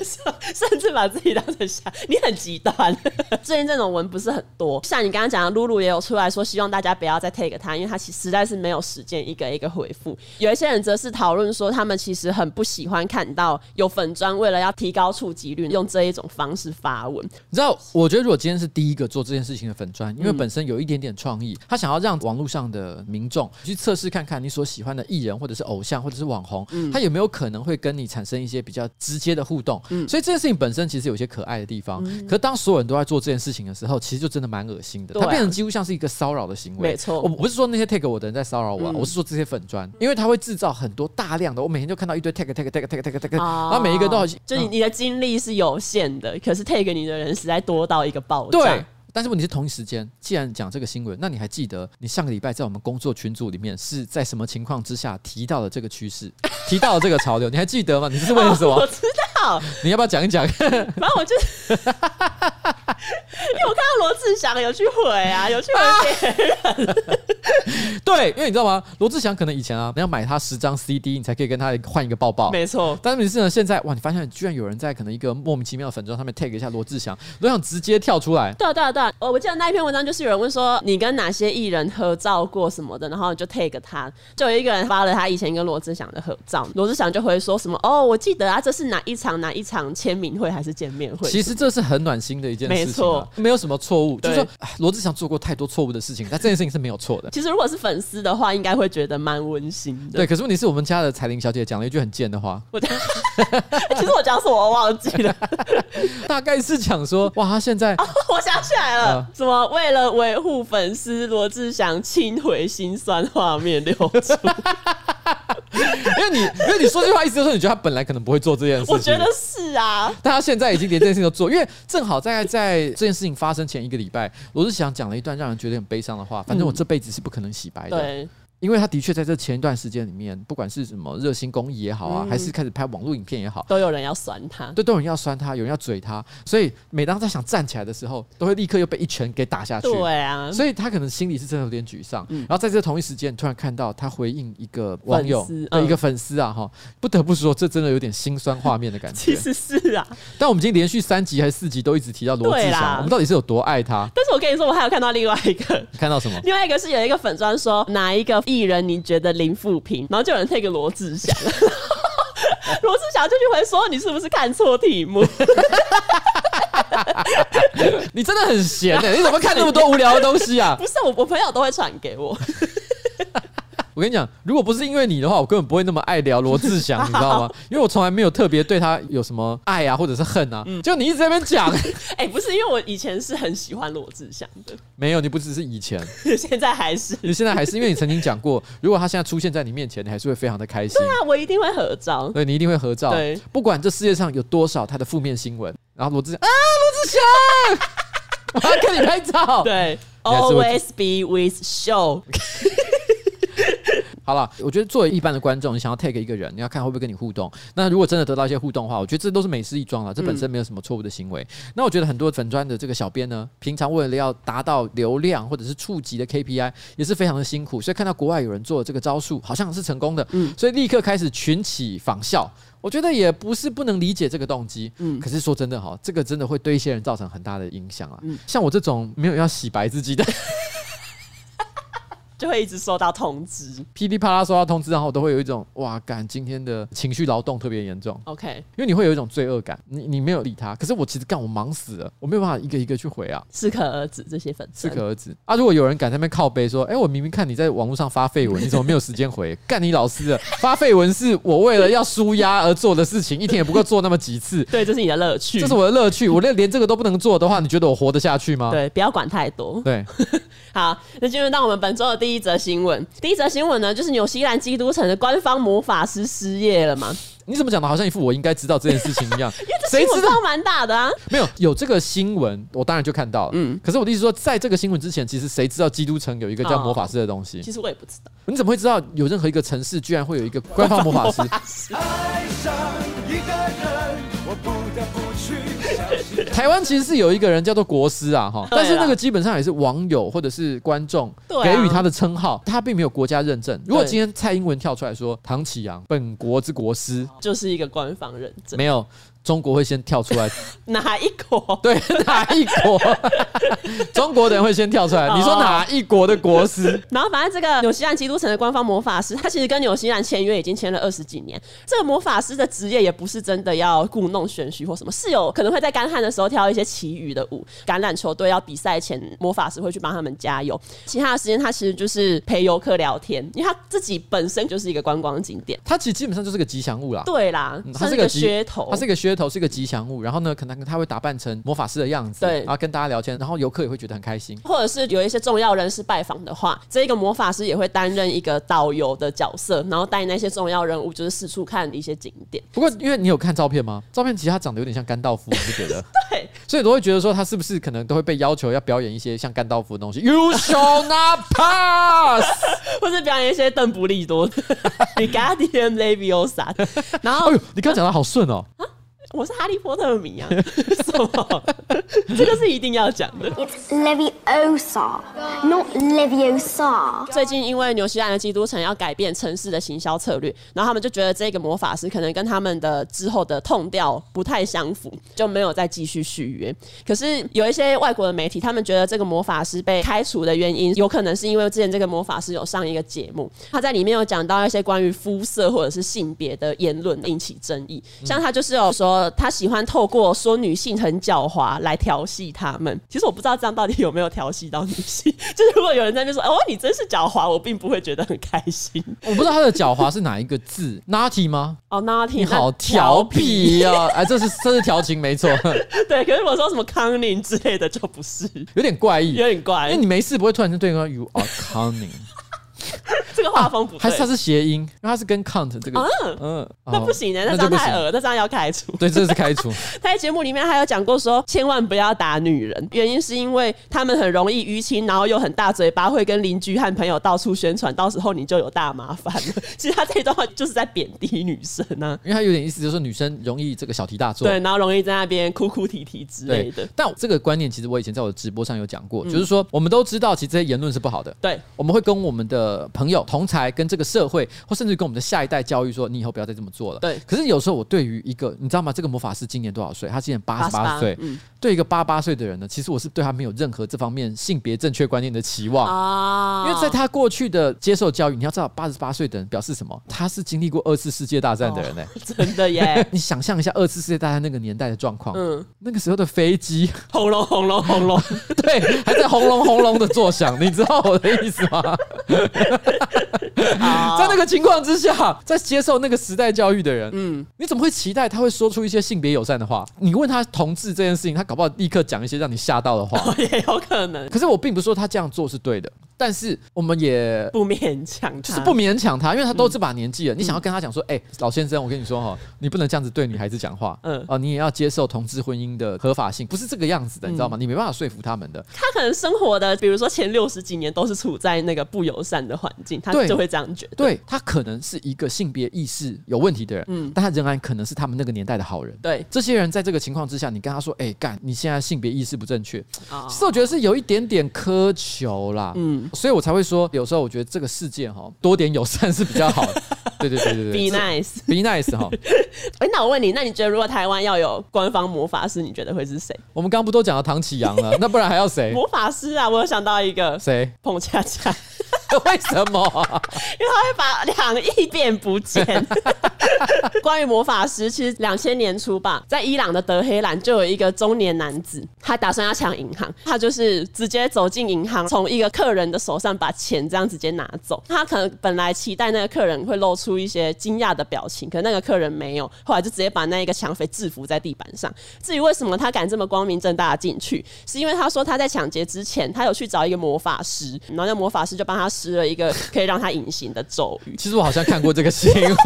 B: 甚至把自己当成傻，你很极
A: [laughs]
B: 端。最近这种文不是很多，像你刚刚讲的，露露也有出来说，希望大家不要再 take 他，因为他其实实在是没有时间一个一个回复。有一些人则是讨论说，他们其实很不喜欢看到有粉砖为了要提高触及率，用这一种方式
A: [laughs]
B: 发文，
A: 你知道，我觉得如果今天是第一个做这件事情的粉砖，
B: 嗯
A: 因为本身有一点点创意，他想要让网络上的民众去测试看看你所喜欢的艺人或者是偶像或者是网红，
B: 嗯
A: 他有没有可能会跟你产生一些比较直接的互动。
B: 嗯
A: 所以这件事情本身其实有些可爱的地方，可当所有人都在做这件事情的时候，其实就真的蛮恶心的，
B: 对啊
A: 它变成几乎像是一个骚扰的行为。
B: 没错
A: 我不是说那些 tag 我的人在骚扰我啊，
B: 嗯
A: 我是说这些粉砖，因为他会制造很多大量的，我每天就看到一堆 tag tag tag tag tag tag，
B: 哦
A: 然后每一个都好嗯像
B: 就你你的精力是有限的，可是 take 你的人实在多到一个爆炸。
A: 对，，但是问题是同一时间，既然讲这个新闻，那你还记得你上个礼拜在我们工作群组里面是在什么情况之下提到了这个趋势， [laughs] 提到了这个潮流，你还记得
B: [laughs]
A: 吗？你是为了什
B: 我
A: 么？
B: 知道，
A: 你要不要讲一讲？ [laughs]
B: 反正我就是， [laughs] 因为我看到罗志祥有去回啊，有去回别人，
A: 对，因为你知道吗？罗志祥可能以前啊，你要买他十张 CD，你才可以跟他换一个抱抱。
B: 没错，
A: 但是呢，现在哇，你发现居然有人在可能一个莫名其妙的粉砖上面 tag 一下罗志祥，罗志祥直接跳出来，
B: 对啊，对啊，对啊。我我记得那一篇文章就是有人问说你跟哪些艺人合照过什么的，然后你就 take 他，就有一个人发了他以前跟罗志祥的合照，罗志祥就会说什么哦，我记得啊，这是哪一场哪一场签名会还是见面会？
A: 其实这是很暖心的一件事
B: 没
A: 情、啊
B: 错，
A: 没有什么错误。就是
B: 对
A: 说哎罗志祥做过太多错误的事情，但这件事情是没有错的。
B: 其实如果是粉丝的话，应该会觉得蛮温馨的。
A: 对，可是问题是我们家的彩玲小姐讲了一句很贱的话，
B: 我 [laughs] 其实我讲什么我忘记
A: [laughs]
B: 了，
A: 大概是讲说，哇，他现在
B: 我想起来了，
A: 嗯
B: 什么为了维护粉丝，罗志祥亲回心酸画面流
A: [laughs]
B: 出，
A: 因为你因为你说这句话，意思就是你觉得他本来可能不会做这件事情。
B: 我觉得是啊，
A: 但他现在已经连这件事情都做，因为正好在在这件事情发生前一个礼拜，罗志祥讲了一段让人觉得很悲伤的话。反正我这辈子是不可能洗白的，
B: 嗯对，
A: 因为他的确在这前一段时间里面，不管是什么热心公益也好啊，
B: 嗯
A: 还是开始拍网络影片也好，
B: 都有人要酸他，
A: 对，都有人要酸他，有人要嘴他，所以每当他想站起来的时候，都会立刻又被一拳给打下去。
B: 对啊，
A: 所以他可能心里是真的有点沮丧，
B: 嗯
A: 然后在这同一时间，突然看到他回应一个网友
B: 粉丝，
A: 对
B: 嗯
A: 一个粉丝啊哈，不得不说，这真的有点心酸画面的感觉
B: [laughs] 其。实是啊，
A: 但我们已经连续三集还是四集都一直提到罗志
B: 对
A: 祥，
B: 啦
A: 我们到底是有多爱
B: [laughs]
A: 他？
B: 但是我跟你说，我还有看到另外一个。 [laughs]
A: 看到什么？
B: 另外一个是有一个粉砖说哪一个艺人你觉得零负评，然后就有人 take 罗志
A: [laughs]
B: 祥，罗志祥就去回说你是不是看错题目？ [laughs]
A: 你真的很闲
B: [laughs]
A: 哎、你怎么看那么多无聊的东西啊
B: 不？是我，我朋友都会传给我。 [laughs]
A: 我跟你讲，如果不是因为你的话，我根本不会那么爱聊罗志祥，你知道
B: [laughs]
A: 吗？因为我从来没有特别对他有什么爱啊，或者是恨啊。
B: 嗯
A: 就你一直在那边讲， [laughs]
B: 哎、不是，因为我以前是很喜欢罗志祥的， [laughs]
A: 没有，你不只是以前，
B: 现在还是。
A: 你现在 [laughs] 还是因为你曾经讲 [laughs] 过，如果他现在出现在你面前，你还是会非常的开心。
B: 那我一定会合照。
A: 啊对你一定会合照。
B: 对
A: 不管这世界上有多少他的负面新闻，然后罗志祥啊，罗志祥， [laughs] 我要跟你拍 [laughs] 照。
B: 对
A: 还是会
B: ，Always be with show。
A: 好了，我觉得作为一般的观众，你想要 tag 一个人，你要看会不会跟你互动。那如果真的得到一些互动的话，我觉得这都是美事一桩了，这本身没有什么错误的行为。那我觉得很多粉砖的这个小编呢，平常为了要达到流量或者是触及的 KPI，也是非常的辛苦，所以看到国外有人做这个招数，好像是成功的，所以立刻开始群起仿效。我觉得也不是不能理解这个动机，可是说真的哈，这个真的会对一些人造成很大的影响啊。像我这种没有要洗白自己的，
B: 就会一直收到通知。
A: 噼里啪啦收到通知，然后我都会有一种哇，感今天的情绪劳动特别严重，
B: OK，
A: 因为你会有一种罪恶感，你你没有理他，可是我其实干我忙死了，我没有办法一个一个去回
B: [laughs]
A: 啊。
B: 适可而止这些粉丝
A: 适。可而止啊！如果有人敢在那边靠背说：“哎、我明明看你在网络上发绯闻，你怎么没有时间回？干你老师的发绯闻是我为了要舒压而做的事情，一天也不够做那么几
B: [laughs]
A: 次，
B: 对，这是你的乐趣。
A: 这是我的乐趣。我连连这个都不能做的话，你觉得我活得下
B: [laughs]
A: 去吗？
B: 对，不要管太多。
A: 对，
B: 好，那进入到我们本周的第一则新闻。第一则新闻呢，就是纽西兰基督城的官方魔法师失业了嘛？
A: 你怎么讲的好像一副我应该知道这件事情一
B: [laughs]
A: 样？
B: 新
A: 谁知
B: 闻
A: 道
B: 报蛮大的啊，
A: 没有有这个新闻，我当然就看到了。嗯，可是我的意思说，在这个新闻之前，其实谁知道基督城有一个叫魔法师的东西？
B: 其实我也不知道。
A: 你怎么会知道有任何一个城市居然会有一个官方魔法
B: [laughs]
A: 师？
B: 师
D: 爱上一个人，我不得不去相信。
A: 台湾其实是有一个人叫做国师啊，哈，
B: 对啦
A: 但是那个基本上也是网友或者是观众
B: 对啊
A: 给予他的称号，他并没有国家认证。如果今天蔡英文跳出来说唐启阳本国之国师，
B: 就是一个官方认证，
A: 没有。中国会先跳出来， [laughs]
B: 哪一国？
A: 对哪一国？ [laughs] 中国的人会先跳出来。
B: 哦
A: 你说哪一国的国师？
B: 然后反正这个纽西兰基督城的官方魔法师，他其实跟纽西兰签约已经签了二十几年。这个魔法师的职业也不是真的要故弄玄虚或什么，是有可能会在干旱的时候跳一些奇余的舞。橄榄球队要比赛前，魔法师会去帮他们加油。其他的时间，他其实就是陪游客聊天，因为他自己本身就是一个观光景点。
A: 他其实基本上就是个吉祥物啦。
B: 对啦
A: 嗯，它
B: 算
A: 是
B: 是一
A: 个
B: 个
A: 吉
B: 噱头
A: 它。是一个噱头，是一个吉祥物。然后呢，可能他会打扮成魔法师的样子，
B: 对
A: 然后跟大家聊天，然后游客也会觉得很开心。
B: 或者是有一些重要人士拜访的话，这个魔法师也会担任一个导游的角色，然后带那些重要人物就是四处看一些景点。
A: 不过，因为你有看照片吗？照片其实他长得有点像甘道夫，你就觉得， [laughs]
B: 对，
A: 所以都会觉得说他是不是可能都会被要求要表演一些像甘道夫的东西？You shall not
B: [laughs]
A: pass！
B: 或是表演一些邓布利多的，你 Guardian Leviosa，然
A: 哎
B: 后
A: 呦，你刚刚讲的好顺哦，
B: 我是哈利波特迷啊， [laughs] 什么？这个是一定要讲的。
E: It's Leviosa, not Leviosa.
B: 最近因为纽西兰的基督城要改变城市的行销策略，然后他们就觉得这个魔法师可能跟他们的之后的痛调不太相符，就没有再继续续约。可是有一些外国的媒体，他们觉得这个魔法师被开除的原因，有可能是因为之前这个魔法师有上一个节目，他在里面有讲到一些关于肤色或者是性别的言论引起争议，
A: 嗯
B: 像他就是有说他喜欢透过说女性很狡猾来调戏他们。其实我不知道这样到底有没有调戏到女性， [laughs] 就是如果有人在那边说哦你真是狡猾，我并不会觉得很开心。
A: [laughs] 我不知道他的狡猾是哪一个字，naughty 吗？
B: 哦，那挺
A: 你好调皮呀、哎，这是这是调情没错，
B: [laughs] 对，可是我说什么康宁之类的就不是，
A: 有点怪异。
B: 有点怪
A: 因为。你没事不会突然间对方说 you are cunning，
B: 这个画风不对，
A: 啊还是它是谐音，因为它是跟 count 这个
B: 嗯
A: 嗯，
B: 那
A: 哦
B: 不行欸的，那
A: 那
B: 张
A: 就不
B: 太
A: 行。
B: 恶，那张要开除。
A: 对，这是开除。
B: 他在节目里面还有讲过说，千万不要打女人，原因是因为他们很容易淤青，然后又很大嘴巴，会跟邻居和朋友到处宣传，到时候你就有大麻烦 [laughs] 了。其实他这一段话就是在贬低女生啊，
A: 因为它有点意思，就是说女生容易这个小题大做。
B: 对，然后容易在那边哭哭啼啼之类的，
A: 但这个观念其实我以前在我的直播上有讲
B: 嗯
A: 过，就是说我们都知道，其实这些言论是不好的。
B: 对。
A: 我们会跟我们的朋友、同才、跟这个社会，或甚至跟我们的下一代教育说，你以后不要再这么做了。
B: 对
A: 可是有时候我对于一个，你知道吗？这个魔法师今年多少岁？他今年八十八
B: 88
A: 岁。
B: 嗯
A: 对一个八八岁的人呢，其实我是对他没有任何这方面性别正确观念的期望。
B: 啊
A: 因为在他过去的接受教育，你要知道，八十八岁的人表示什么？他是经历过二次世界大战的
B: 哦
A: 人呢、，
B: [laughs] 真的耶
A: [laughs] 你想象一下二次世界大战那个年代的状况，
B: 嗯，
A: 那个时候的飞机， [laughs]
B: 轰隆轰隆轰隆，
A: 对，还在轰隆轰隆的作响，你知道我的意思吗？在
B: 在
A: 那个情况之下，在接受那个时代教育的人，嗯，你怎么会期待他会说出一些性别友善的话？你问他同志这件事情，他搞不好立刻讲一些让你吓到的
B: [laughs]
A: 话。
B: 也有可能
A: 可是我并不是说他这样做是对的，但是我们也
B: 不勉强他，
A: 就是不勉强他，因为他都这把年
B: 嗯
A: 纪了，你想要跟他讲说，哎、老先生，我跟你说哈，你不能这样子对女孩子讲话，嗯
B: 嗯，
A: 啊，你也要接受同志婚姻的合法性，不是这个样子的，你知道吗？你没办法说服他们的，
B: 他可能生活的，比如说前六十几年都是处在那个不友善的环境，他
A: 对
B: 就会这样觉得。
A: 对他可能是一个性别意识有问题的人，但他仍然可能是他们那个年代的好人。
B: 嗯对
A: 这些人在这个情况之下，你跟他说：“哎、干，你现在性别意识不正确。”
B: 啊
A: 其实我觉得是有一点点苛求啦，嗯，所以我才会说，有时候我觉得这个世界哈，多点友善是比较
B: [laughs]
A: 好的。对对对对对
B: ，be [laughs] nice。
A: ，be nice 哈。
B: 哎、那我问你，那你觉得如果台湾要有官方魔法师，你觉得会是谁？
A: 我们刚刚不都讲到唐启阳
B: [laughs]
A: 了，那不然还要谁？
B: 魔法师啊，我有想到一个
A: 谁？ [laughs]
B: 彭恰恰， [laughs] 因
A: 为什么啊？
B: 为他会把两亿变不见。关于魔法师，其实两千年初吧，在伊朗的德黑兰就有一个中年男子，他打算要抢银行，他就是直接走进银行，从一个客人的手上把钱这样直接拿走。他可能本来期待那个客人会露出一些惊讶的表情，可那个客人没有，后来就直接把那一个抢匪制服在地板上。至于为什么他敢这么光明正大的进去，是因为他说他在抢劫之前，他有去找一个魔法师，然后那魔法师就帮他施了一个可以让他隐形的咒语。 [laughs]
A: 其实我好像看过这个新闻，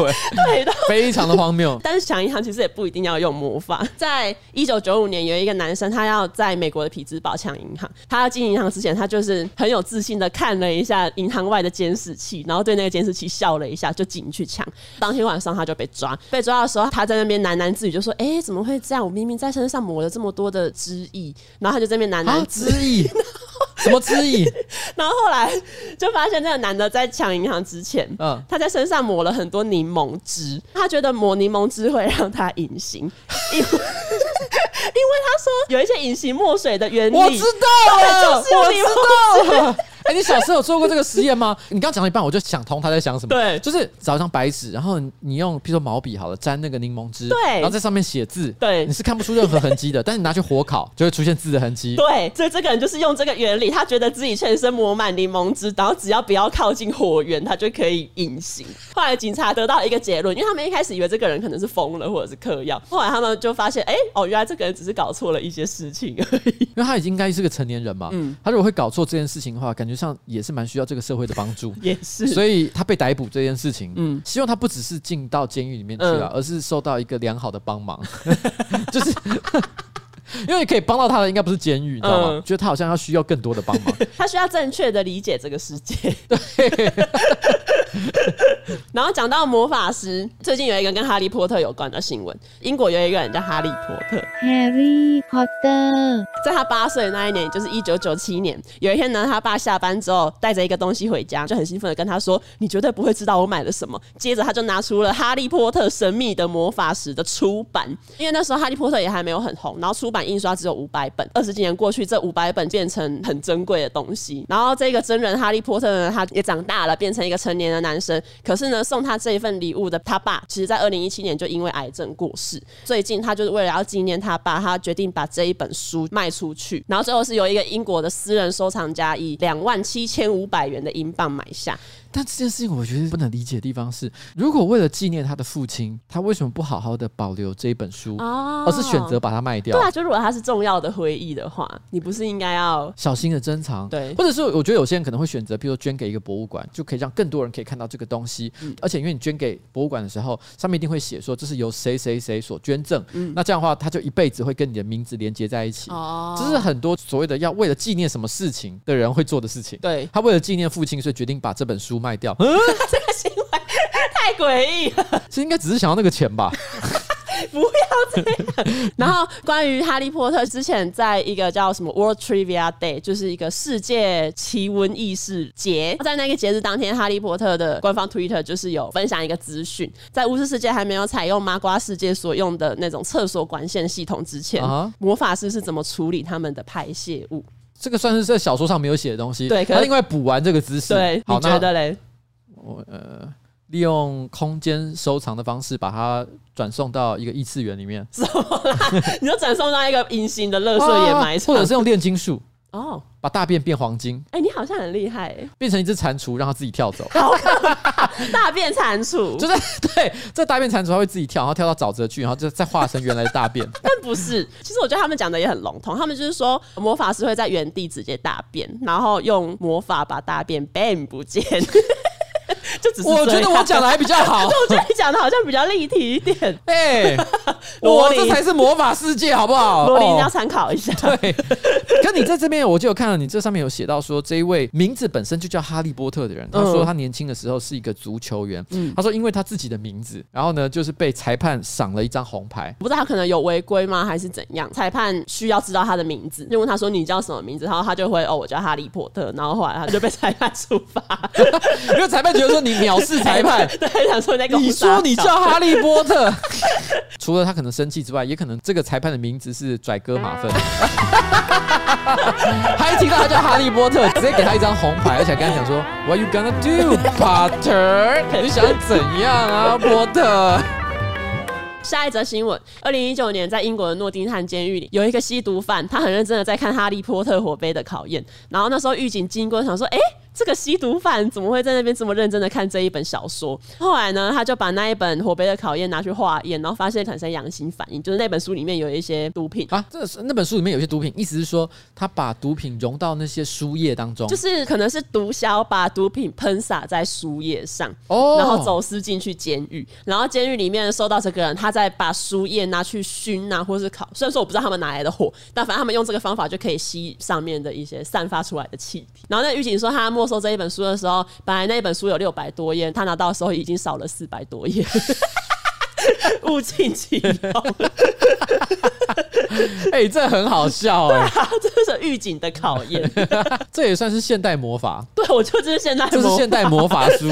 B: 对的。
A: 非常的荒
B: [laughs]
A: 谬。
B: 但是抢银行其实也不一定要用魔法。在一九九五年，有一个男生，他要在美国的匹兹堡抢银行。他要进银行之前，他就是很有自信的看了一下银行外的监视器，然后对那个监视器笑了一下，就进去抢。当天晚上他就被抓。被抓的时候，他在那边喃喃自语，就说：“哎、怎么会这样？我明明在身上抹了这么多的汁液。”然后他就在那边喃
A: 啊
B: 喃，自语。
A: 知意？
B: [laughs]
A: 什么知意？
B: 然后后来就发现这个男的在抢银行之前，
A: 嗯
B: 他在身上抹了很多柠檬汁，他觉得抹柠檬汁会让他隐形，因为 [laughs] 因为他说有一些隐形墨水的原理，
A: 我知道了，
B: 对就是你
A: 我知道了。 [laughs] 哎、你小时候有做过这个实验吗？你刚讲到一半，我就想通他在想什么。
B: 对
A: 就是找一张白纸，然后你用，比如说毛笔好了，沾那个柠檬汁，
B: 对
A: 然后在上面写字，
B: 对
A: 你是看不出任何痕迹的。但你拿去火烤，就会出现字的痕迹。
B: 对，所以这个人就是用这个原理，他觉得自己全身抹满柠檬汁，然后只要不要靠近火源，他就可以隐形。后来警察得到一个结论，因为他们一开始以为这个人可能是疯了或者是嗑药，后来他们就发现，哎、哦，原来这个人只是搞错了一些事情而已。。
A: 因为他已经应该是个成年人嘛，他如果会搞错这件事情的话，感觉上也是蛮需要这个社会的帮助
B: [laughs] 也是，
A: 所以他被逮捕这件事情，嗯，希望他不只是进到监狱里面去了，
B: 嗯
A: 而是受到一个良好的帮忙， [laughs] 就是 [laughs] 因为可以帮到他的应该不是监狱，你知道吗？
B: 嗯
A: 觉得他好像要需要更
B: [laughs]
A: 多的帮忙，
B: 他需要正确的理解这个世界。然后讲到魔法师，最近有一个跟哈利波特有关的新闻，英国有一个人叫哈利波特，
F: Harry Potter。
B: 在他八岁的那一年，也就是一九九七年，有一天呢，他爸下班之后带着一个东西回家，就很兴奋的跟他说：“你绝对不会知道我买了什么。”接着他就拿出了《哈利波特：神秘的魔法石》的出版，因为那时候《哈利波特》也还没有很红，然后出版印刷只有五百本。二十几年过去，这五百本变成很珍贵的东西。然后这个真人哈利波特呢，他也长大了，变成一个成年的男生。可是呢，送他这一份礼物的他爸，其实在二零一七年就因为癌症过世。最近他就是为了要纪念他爸，他决定把这一本书卖出去，然后最后是由一个英国的私人收藏家以两万七千五百元的英镑买下。
A: 但这件事情我觉得不能理解的地方是，如果为了纪念他的父亲，他为什么不好好的保留这一本书，
B: 哦
A: 而是选择把它卖掉
B: 对？啊，就如果它是重要的回忆的话，你不是应该要
A: 小心的珍藏，
B: 对
A: 或者是我觉得有些人可能会选择，比如说捐给一个博物馆，就可以让更多人可以看到这个东西。
B: 嗯
A: 而且因为你捐给博物馆的时候，上面一定会写说这是由谁谁谁所捐赠，
B: 嗯
A: 那这样的话，他就一辈子会跟你的名字连接在一起。
B: 哦
A: 这是很多所谓的要为了纪念什么事情的人会做的事情。
B: 对嗯
A: 他为了纪念父亲，所以决定把这本书卖掉。
B: 这个行为太诡异了。
A: 其实应该只是想要那个钱
B: [laughs]
A: 吧？
B: 不要这样。然后关于哈利波特，之前在一个叫什么 World Trivia Day，就是一个世界奇闻异事节，在那个节日当天，哈利波特的官方 Twitter 就是有分享一个资讯，在巫师世界还没有采用麻瓜世界所用的那种厕所管线系统之前
A: 啊
B: 魔法师是怎么处理他们的排泄物？
A: 这个算是在小说上没有写的东西。
B: 对可是
A: 他另外补完这个知识。
B: 对，
A: 好，
B: 你
A: 那
B: 觉得嘞？
A: 我呃，利用空间收藏的方式把它转送到一个异次元里面，
B: 怎么啦？你就转送到一个隐形的垃圾掩埋
A: 啊或
B: 场
A: 者是用炼金术
B: 哦。
A: 把大便变黄金，
B: 哎、你好像很厉害、欸，
A: 变成一只蟾蜍，让它自己跳走。
B: 大便蟾蜍，
A: 就是 [laughs] 对，这大便蟾蜍它会自己跳，然后跳到沼泽去，然后就再化身原来的大便。
B: 但不是，其实我觉得他们讲的也很笼统。他们就是说，魔法师会在原地直接大便，然后用魔法把大便 bang 不见。 [laughs] 就只
A: [laughs]
B: 是
A: 我觉
B: 这
A: 得
B: 样
A: 我讲的，还比较好。
B: 我觉得你讲的好像比较立体一点。
A: [laughs] 哎、
B: 罗
A: 我
B: 琳
A: 这才是魔法世界，好不好？ [laughs]
B: 罗琳
A: 哦
B: 要参考一下，
A: 对，可你在这边，我就有看到你这上面有写到说，这一位名字本身就叫哈利波特的人，他说他年轻的时候是一个足球员，他说因为他自己的名字，然后呢就是被裁判赏了一张红牌。 [laughs]
B: 不知道他可能有违规吗，还是怎样？裁判需要知道他的名字，就问他说你叫什么名字，然后他就会哦，我叫哈利波特，然后后来他就被 [laughs] 裁判处罚。，
A: 因为裁判觉得说你藐视裁判
B: 对，想说你在跟我
A: 你
B: 撒
A: 说你
B: 娇
A: 叫哈利波
B: [laughs]
A: 特，除了他可能生气之外，也可能这个裁判的名字是拽哥马粪， [laughs] 还提到他叫哈利波特，直接给他一张红牌，而且还跟他讲说 What you gonna do, Potter？你想怎样啊，
B: [laughs]
A: 波特？
B: 下一则新闻：二零一九年在英国的诺丁汉监狱里，有一个吸毒犯，他很认真的在看《哈利波特》火杯的考验。然后那时候狱警经过，想说：“诶，这个吸毒犯怎么会在那边这么认真的看这一本小说？”后来呢，他就把那一本火杯的考验拿去化验，然后发现产生阳性反应，就是那本书里面有一些毒品。
A: 啊，这是那本书里面有些毒品，意思是说他把毒品融到那些书页当中，
B: 就是可能是毒枭把毒品喷洒在书页上，
A: 哦
B: 然后走私进去监狱，然后监狱里面收到这个人，他再把书页拿去熏啊，或是烤。虽然说我不知道他们哪来的火，但反正他们用这个方法就可以吸上面的一些散发出来的气体。然后那狱警说，他没收这一本书的时候，本来那一本书有六百多页，他拿到的时候已经少了四百多
A: [laughs]
B: 页。物尽其用，
A: 哎、这很好笑哎、
B: [laughs] 这是狱警的考验。
A: 这也算是现代魔法，
B: 对，我就这是现代魔
A: 这
B: 法，
A: 是现代魔法书。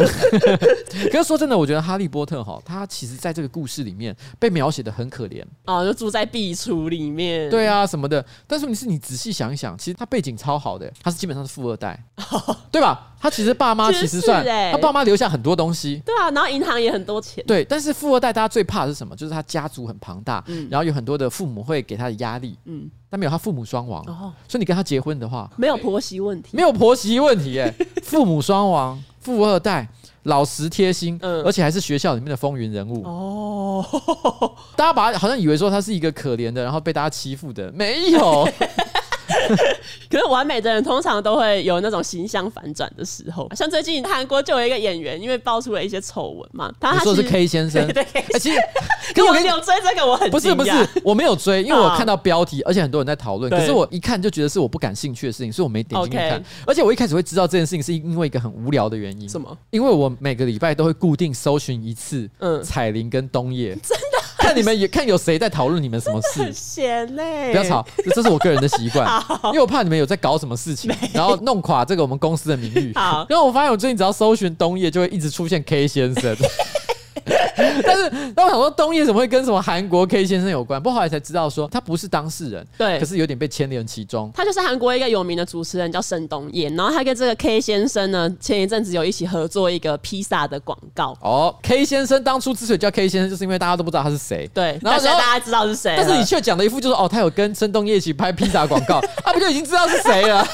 A: [laughs] 可是说真的，我觉得哈利波特哈，他其实在这个故事里面被描写的很可怜，
B: 哦，就住在壁橱里面。
A: 对啊什么的。但是你是你仔细想一想，其实他背景超好的，欸他是基本上是富二代，对吧？他其实爸妈
B: 其实
A: 其实算
B: 是哎
A: 他爸妈留下很多东西，
B: 对啊，然后银行也很多钱。
A: 对，但是富二代大家最怕的是什么？就是他家族很庞大，然后有很多的父母会给他的压力，嗯，但没有他父母双亡，
B: 哦
A: 所以你跟他结婚的话，
B: 没有婆媳问题。
A: 没有婆媳问题耶、父母双亡，富二代。老实贴心，
B: 嗯
A: 而且还是学校里面的风云人物。
B: 哦， [laughs]
A: 大家把他好像以为说他是一个可怜的，然后被大家欺负的，没有。
B: 可是完美的人通常都会有那种形象反转的时候，像最近韩国就有一个演员，因为爆出了一些丑闻嘛，他
A: 你
B: 他
A: 说的是
B: 其实
A: K 先生？
B: 啊对对 [laughs] K
A: 哎其实，
B: 你
A: 可我
B: 有
A: 跟你
B: 你有追这个，我很
A: 不是
B: 惊
A: 不是
B: 讶，
A: 我没有追，因为我
B: 啊
A: 看到标题，而且很多人在讨论，
B: 对
A: 可是我一看就觉得是我不感兴趣的事情，所以我没点进去看
B: OK。
A: 而且我一开始会知道这件事情，是因为一个很无聊的原因。
B: 什么？
A: 因为我每个礼拜都会固定搜寻一次，
B: 嗯
A: 嗯，彩铃跟东
B: [laughs]
A: 野，真的看你们也看有谁在讨论你们什么
B: 很
A: 事。
B: 闲嘞、
A: 不要吵，这是我个人的习惯
B: [laughs] 好，
A: 因为我怕你们有在搞什么事情，然后弄垮这个我们公司的名誉
B: 好。
A: 因为我发现我最近只要搜寻东野，就会一直出现 K 先
B: [laughs]
A: 生。但是，但我想说，东野怎么会跟什么韩国 K 先生有关？不过后来才知道说他不是当事人，
B: 对
A: 可是有点被牵连其中。
B: 他就是韩国一个有名的主持人，叫申东烨。然后他跟这个 K 先生呢，前一阵子有一起合作一个披萨的广告。
A: 哦，K 先生当初之所以叫 K 先生，就是因为大家都不知道他是谁。
B: 对，
A: 然
B: 但
A: 后
B: 现
A: 然后
B: 在大家知道是谁了，
A: 但是你却讲的一副就是哦，他有跟申东烨一起拍披萨广
B: [laughs]
A: 告，啊，不就已经知道是谁了？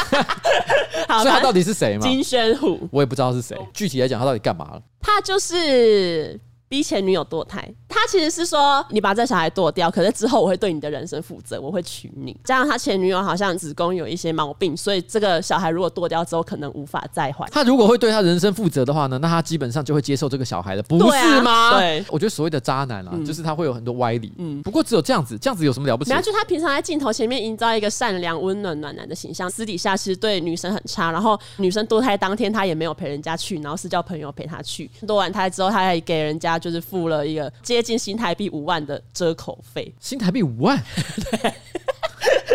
B: 好，
A: 所以他
B: 反正
A: 到底是谁嘛？
B: 金宣虎，
A: 我也不知道是
B: 哦
A: 谁。具体来讲，他到底干嘛了？
B: 他就是逼前女友堕胎。他其实是说，你把这小孩堕掉，可是之后我会对你的人生负责，我会娶你。加上他前女友好像子宫有一些毛病，所以这个小孩如果堕掉之后，可能无法再怀。
A: 他如果会对他人生负责的话呢，那他基本上就会接受这个小孩了，不
B: 对啊
A: 是吗？
B: 对嗯
A: 我觉得所谓的渣男啊，就是他会有很多歪理。嗯，不过只有这样子，这样子有什么了不起
B: 然？后就他平常在镜头前面营造一个善良、温暖、暖男的形象，私底下其实对女生很差。然后女生堕胎当天，他也没有陪人家去，然后是叫朋友陪他去。堕完胎之后，他还给人家就是付了一个接近新台币五万的折口费。
A: 新台币五
B: [laughs]
A: 万。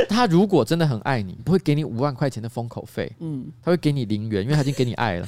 A: 他如果真的很爱你，不会给你五万块钱的封口费，嗯，他会给你零元，因为他已经给你爱了。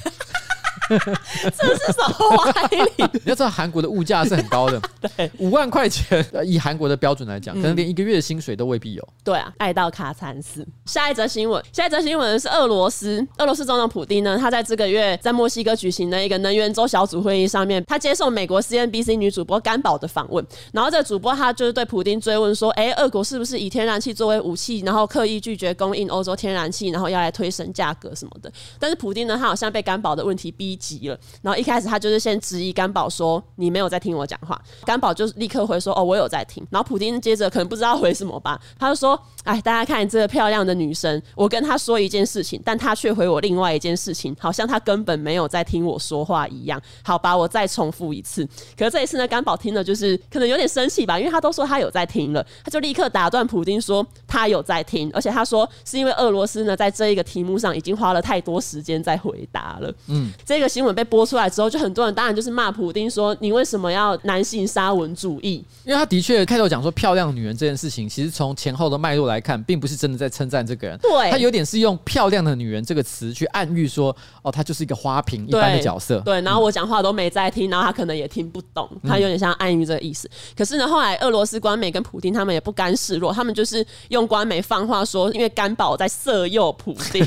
B: 这是什么歪理？
A: 你要知道韩国的物价是很高
B: [laughs]
A: 的，对，五万块钱，呃以韩国的标准来讲，可
B: 嗯
A: 能连一个月的薪水都未必有。
B: 对啊，爱到卡惨死。下一则新闻，下一则新闻是俄罗斯，俄罗斯总统普丁呢，他在这个月在墨西哥举行的一个能源周小组会议上面，他接受美国 CNBC 女主播甘宝的访问，然后这个主播他就是对普丁追问说，哎，俄国是不是以天然气作为武器，然后刻意拒绝供应欧洲天然气，然后要来推升价格什么的？但是普丁呢，他好像被甘宝的问题逼急了，然后一开始他就是先质疑甘宝说你没有在听我讲话，甘宝就立刻回说哦我有在听，然后普丁接着可能不知道回什么吧，他就说哎大家看这个漂亮的女生，我跟她说一件事情，但她却回我另外一件事情，好像她根本没有在听我说话一样。好吧，我再重复一次，可是这一次呢，甘宝听了就是可能有点生气吧，因为他都说他有在听了，他就立刻打断普丁说他有在听，而且他说是因为俄罗斯呢在这一个题目上已经花了太多时间在回答了。嗯，这个新闻被播出来之后，就很多人当然就是骂普丁说你为什么要男性沙文主义？
A: 因为他的确开头讲说漂亮女人这件事情，其实从前后的脉络来看，并不是真的在称赞这个人，
B: 对
A: 他有点是用“漂亮的女人”这个词去暗喻说，哦，她就是一个花瓶一般的角色。嗯
B: 对，然后我讲话都没在听，然后他可能也听不懂，他有点像暗喻这个意思。可是呢，后来俄罗斯官媒跟普丁他们也不甘示弱，他们就是用官媒放话说，因为甘宝在色诱普
A: [laughs]
B: 丁，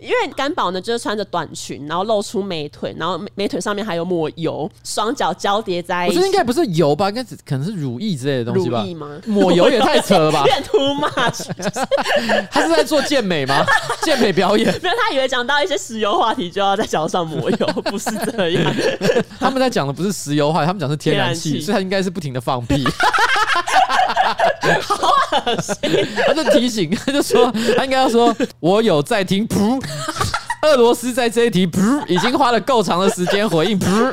B: 因为甘宝呢就是穿着短裙，然后露出美腿，然后美美腿上面还有抹油，双脚交叠在
A: 我
B: 一
A: 觉得应
B: 起。
A: 该不是油吧，应该只可能是乳液之类的东西吧
B: 乳液吗？！
A: 抹油也太扯了吧
B: [laughs] 愿 too much，
A: 他是在做健美吗？健美表演，
B: 没有他以为讲到一些石油话题就要在脚上抹油， [laughs] 不是这样。
A: 他们在讲的不是石油化，他们讲的是天然
B: 天
A: 气，
B: 然气
A: 所以他应该是不停的放屁。 [laughs] 他就提醒，他就说，他应该要说，我有在听，噗。俄罗斯在这一题，噗，已经花了够长的时间回应，噗。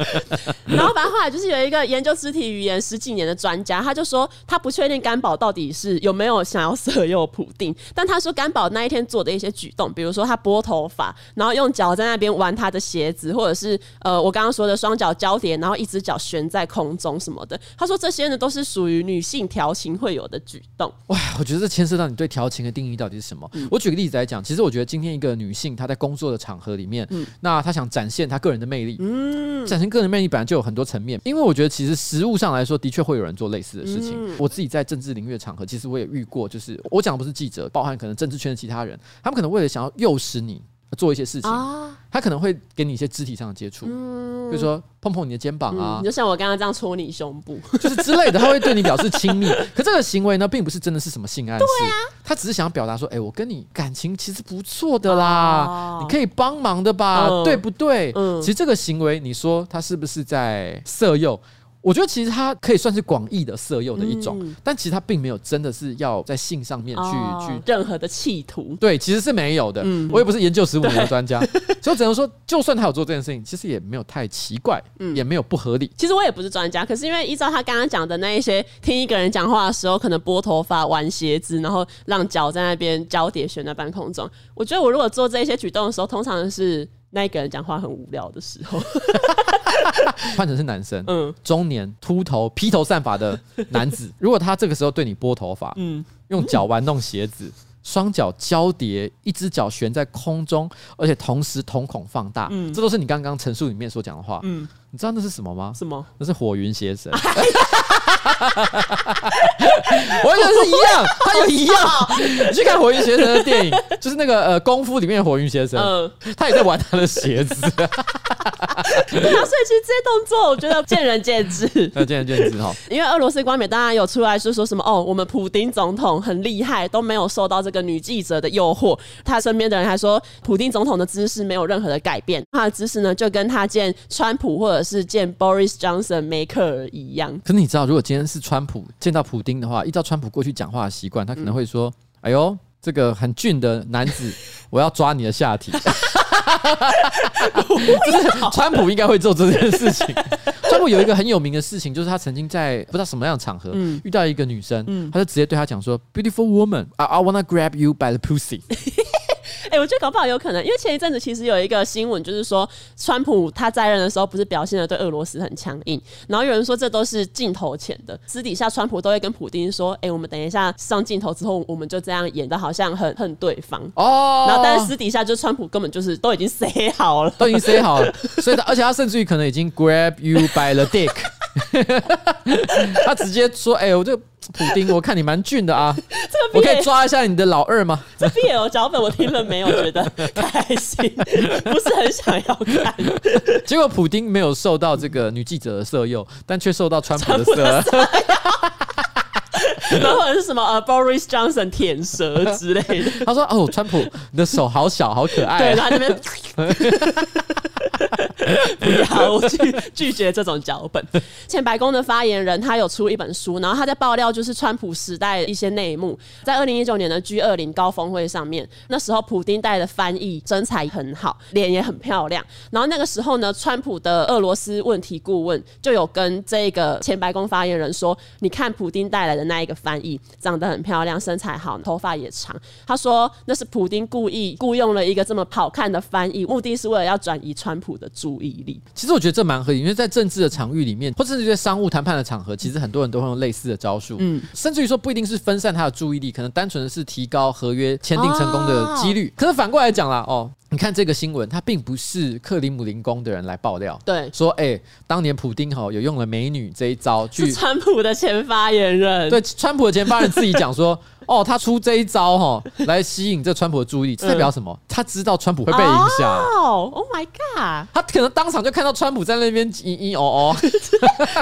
B: [laughs] 然后反正后来就是有一个研究肢体语言十几年的专家，他就说他不确定甘宝到底是有没有想要色诱普丁，但他说甘宝那一天做的一些举动，比如说他拨头发，然后用脚在那边玩他的鞋子，或者是呃我刚刚说的双脚交叠，然后一只脚悬在空中什么的，他说这些呢都是属于女性调情会有的举动。
A: 哇，我觉得这牵涉到你对调情的定义到底是什么。我举个例子来讲，其实我觉得今天一个女性她在工作的场合里面，那她想展现她个人的魅力，展现个人魅力本来就有很多层面。因为我觉得其实实物上来说，的确会有人做类似的事情。我自己在政治领域的场合，其实我也遇过，就是我讲的不是记者，包含可能政治圈的其他人，他们可能为了想要诱使你做一些事情，他可能会给你一些肢体上的接触，比如说碰碰你的肩膀啊
B: 嗯，，就像我刚刚这样戳你胸部，
A: 就是之类的，他会对你表示亲
B: [laughs]
A: 密。可这个行为呢，并不是真的是什么性暗示，
B: 啊
A: 他只是想表达说，哎、我跟你感情其实不错的啦，
B: 哦
A: 你可以帮忙的吧，
B: 嗯
A: 对不对？
B: 嗯
A: 其实这个行为，你说他是不是在色诱？我觉得其实它可以算是广义的色诱的一种，
B: 嗯
A: 但其实它并没有真的是要在性上面去、去
B: 哦任何的企图，
A: 对，其实是没有的。
B: 嗯
A: 我也不是研究食物的专家，所以我只能说，就算他有做这件事情，其实也没有太奇怪，
B: 嗯
A: 也没有不合理。
B: 其实我也不是专家，可是因为依照他刚刚讲的那一些，听一个人讲话的时候，可能拨头发、玩鞋子，然后让脚在那边交叠悬在半空中。我觉得我如果做这些举动的时候，通常是那一个人讲话很无聊的时候。
A: 换成是男生，
B: 嗯
A: 中年秃头、披头散发的男
B: [laughs]
A: 子，如果他这个时候对你拨头发，
B: 嗯，
A: 用脚玩弄鞋子，双脚交叠，一只脚悬在空中，而且同时瞳孔放大，
B: 嗯
A: 这都是你刚刚陈述里面所讲的话。
B: 嗯
A: 你知道那是什么吗？
B: 什么？
A: 那是火云邪
B: [laughs]
A: 神。完全是一样，它有一
B: [laughs]
A: 样。你去看火云邪神的电影，就是那个呃功夫里面的火云邪神，
B: 嗯，
A: 他也在玩他的鞋子。 [laughs]
B: 对啊，所以其实这些动作，我觉得见仁见
A: [laughs]
B: 智。
A: 那见仁见智哈。
B: 因为俄罗斯官媒当然有出来就说什么哦，我们普丁总统很厉害，都没有受到这个女记者的诱惑。他身边的人还说，普丁总统的姿势没有任何的改变，他的姿势呢就跟他见川普或者是见 Boris Johnson、梅克尔一样。
A: 可是你知道，如果今天是川普见到普丁的话，依照川普过去讲话的习惯，他可能会
B: [laughs]
A: 说：“哎呦，这个很俊的男子，我要抓你的下体。”
B: 啊
A: 就是川普应该会做这件事情。 [laughs] 川普有一个很有名的事情，就是他曾经在不知道什么样的场合、
B: 嗯
A: 遇到一个女生，他就直接对她讲说：“Beautiful woman, I I wanna grab you by the pussy。
B: 哎、我觉得搞不好有可能，因为前一阵子其实有一个新闻，就是说川普他在任的时候，不是表现的对俄罗斯很强硬，然后有人说这都是镜头前的，私底下川普都会跟普丁说：“哎、我们等一下上镜头之后，我们就这样演的，好像很恨对方。”
A: 哦，
B: [laughs] 然后，但是私底下就川普根本就是都已经 say 好了，
A: 都已经 say 好了，所以他而且他甚至于可能已经 grab you by the dick，他直接说：“哎、我这个普丁，我看你蛮俊的啊，
B: 这
A: 我
B: 个
A: 可以
B: BL
A: 抓一下你的老二吗
B: 这 BL 脚本我听了没有觉得开 [laughs] 心，不是很想要看。？”
A: 结果普丁没有受到这个女记者的色诱，但却受到川普的色。
B: 然后或者是什么呃 Boris Johnson 舔舌之类的，
A: 他说：“哦，川普，你的手好小，好可爱、
B: 对，
A: 啊。
B: 然后
A: [laughs]
B: 那边不要，我拒拒绝这种脚本。前白宫的发言人他有出一本书，然后他在爆料就是川普时代一些内幕。在二零一九年的 G 二零高峰会上面，那时候普丁带的翻译身材很好，脸也很漂亮。然后那个时候呢，呃川普的俄罗斯问题顾问就有跟这个前白宫发言人说：“你看普丁带来的那一个翻译，长得很漂亮，身材好，头发也长。”他说那是普丁故意雇佣了一个这么好看的翻译，目的是为了要转移川普的注意力。
A: 其实我觉得这蛮合理，因为在政治的场域里面，或甚至在商务谈判的场合，其实很多人都会用类似的招数，嗯，甚至于说不一定是分散他的注意力，可能单纯的是提高合约签订成功的几
B: 哦
A: 率。可是反过来讲啦，哦，你看这个新闻，它并不是克里姆林宫的人来爆料，
B: 对
A: 说哎、当年普丁哦吼有用了美女这一招
B: 是
A: 去，
B: 川普的前发言人，
A: 对，川普的前发人自己讲说。 [laughs] 哦，他出这一招哈、来吸引这川普的注意力，这代表什么？他知道川普会被影响，
B: 嗯哦、oh, my god！
A: 他可能当场就看到川普在那边咦咦哦哦，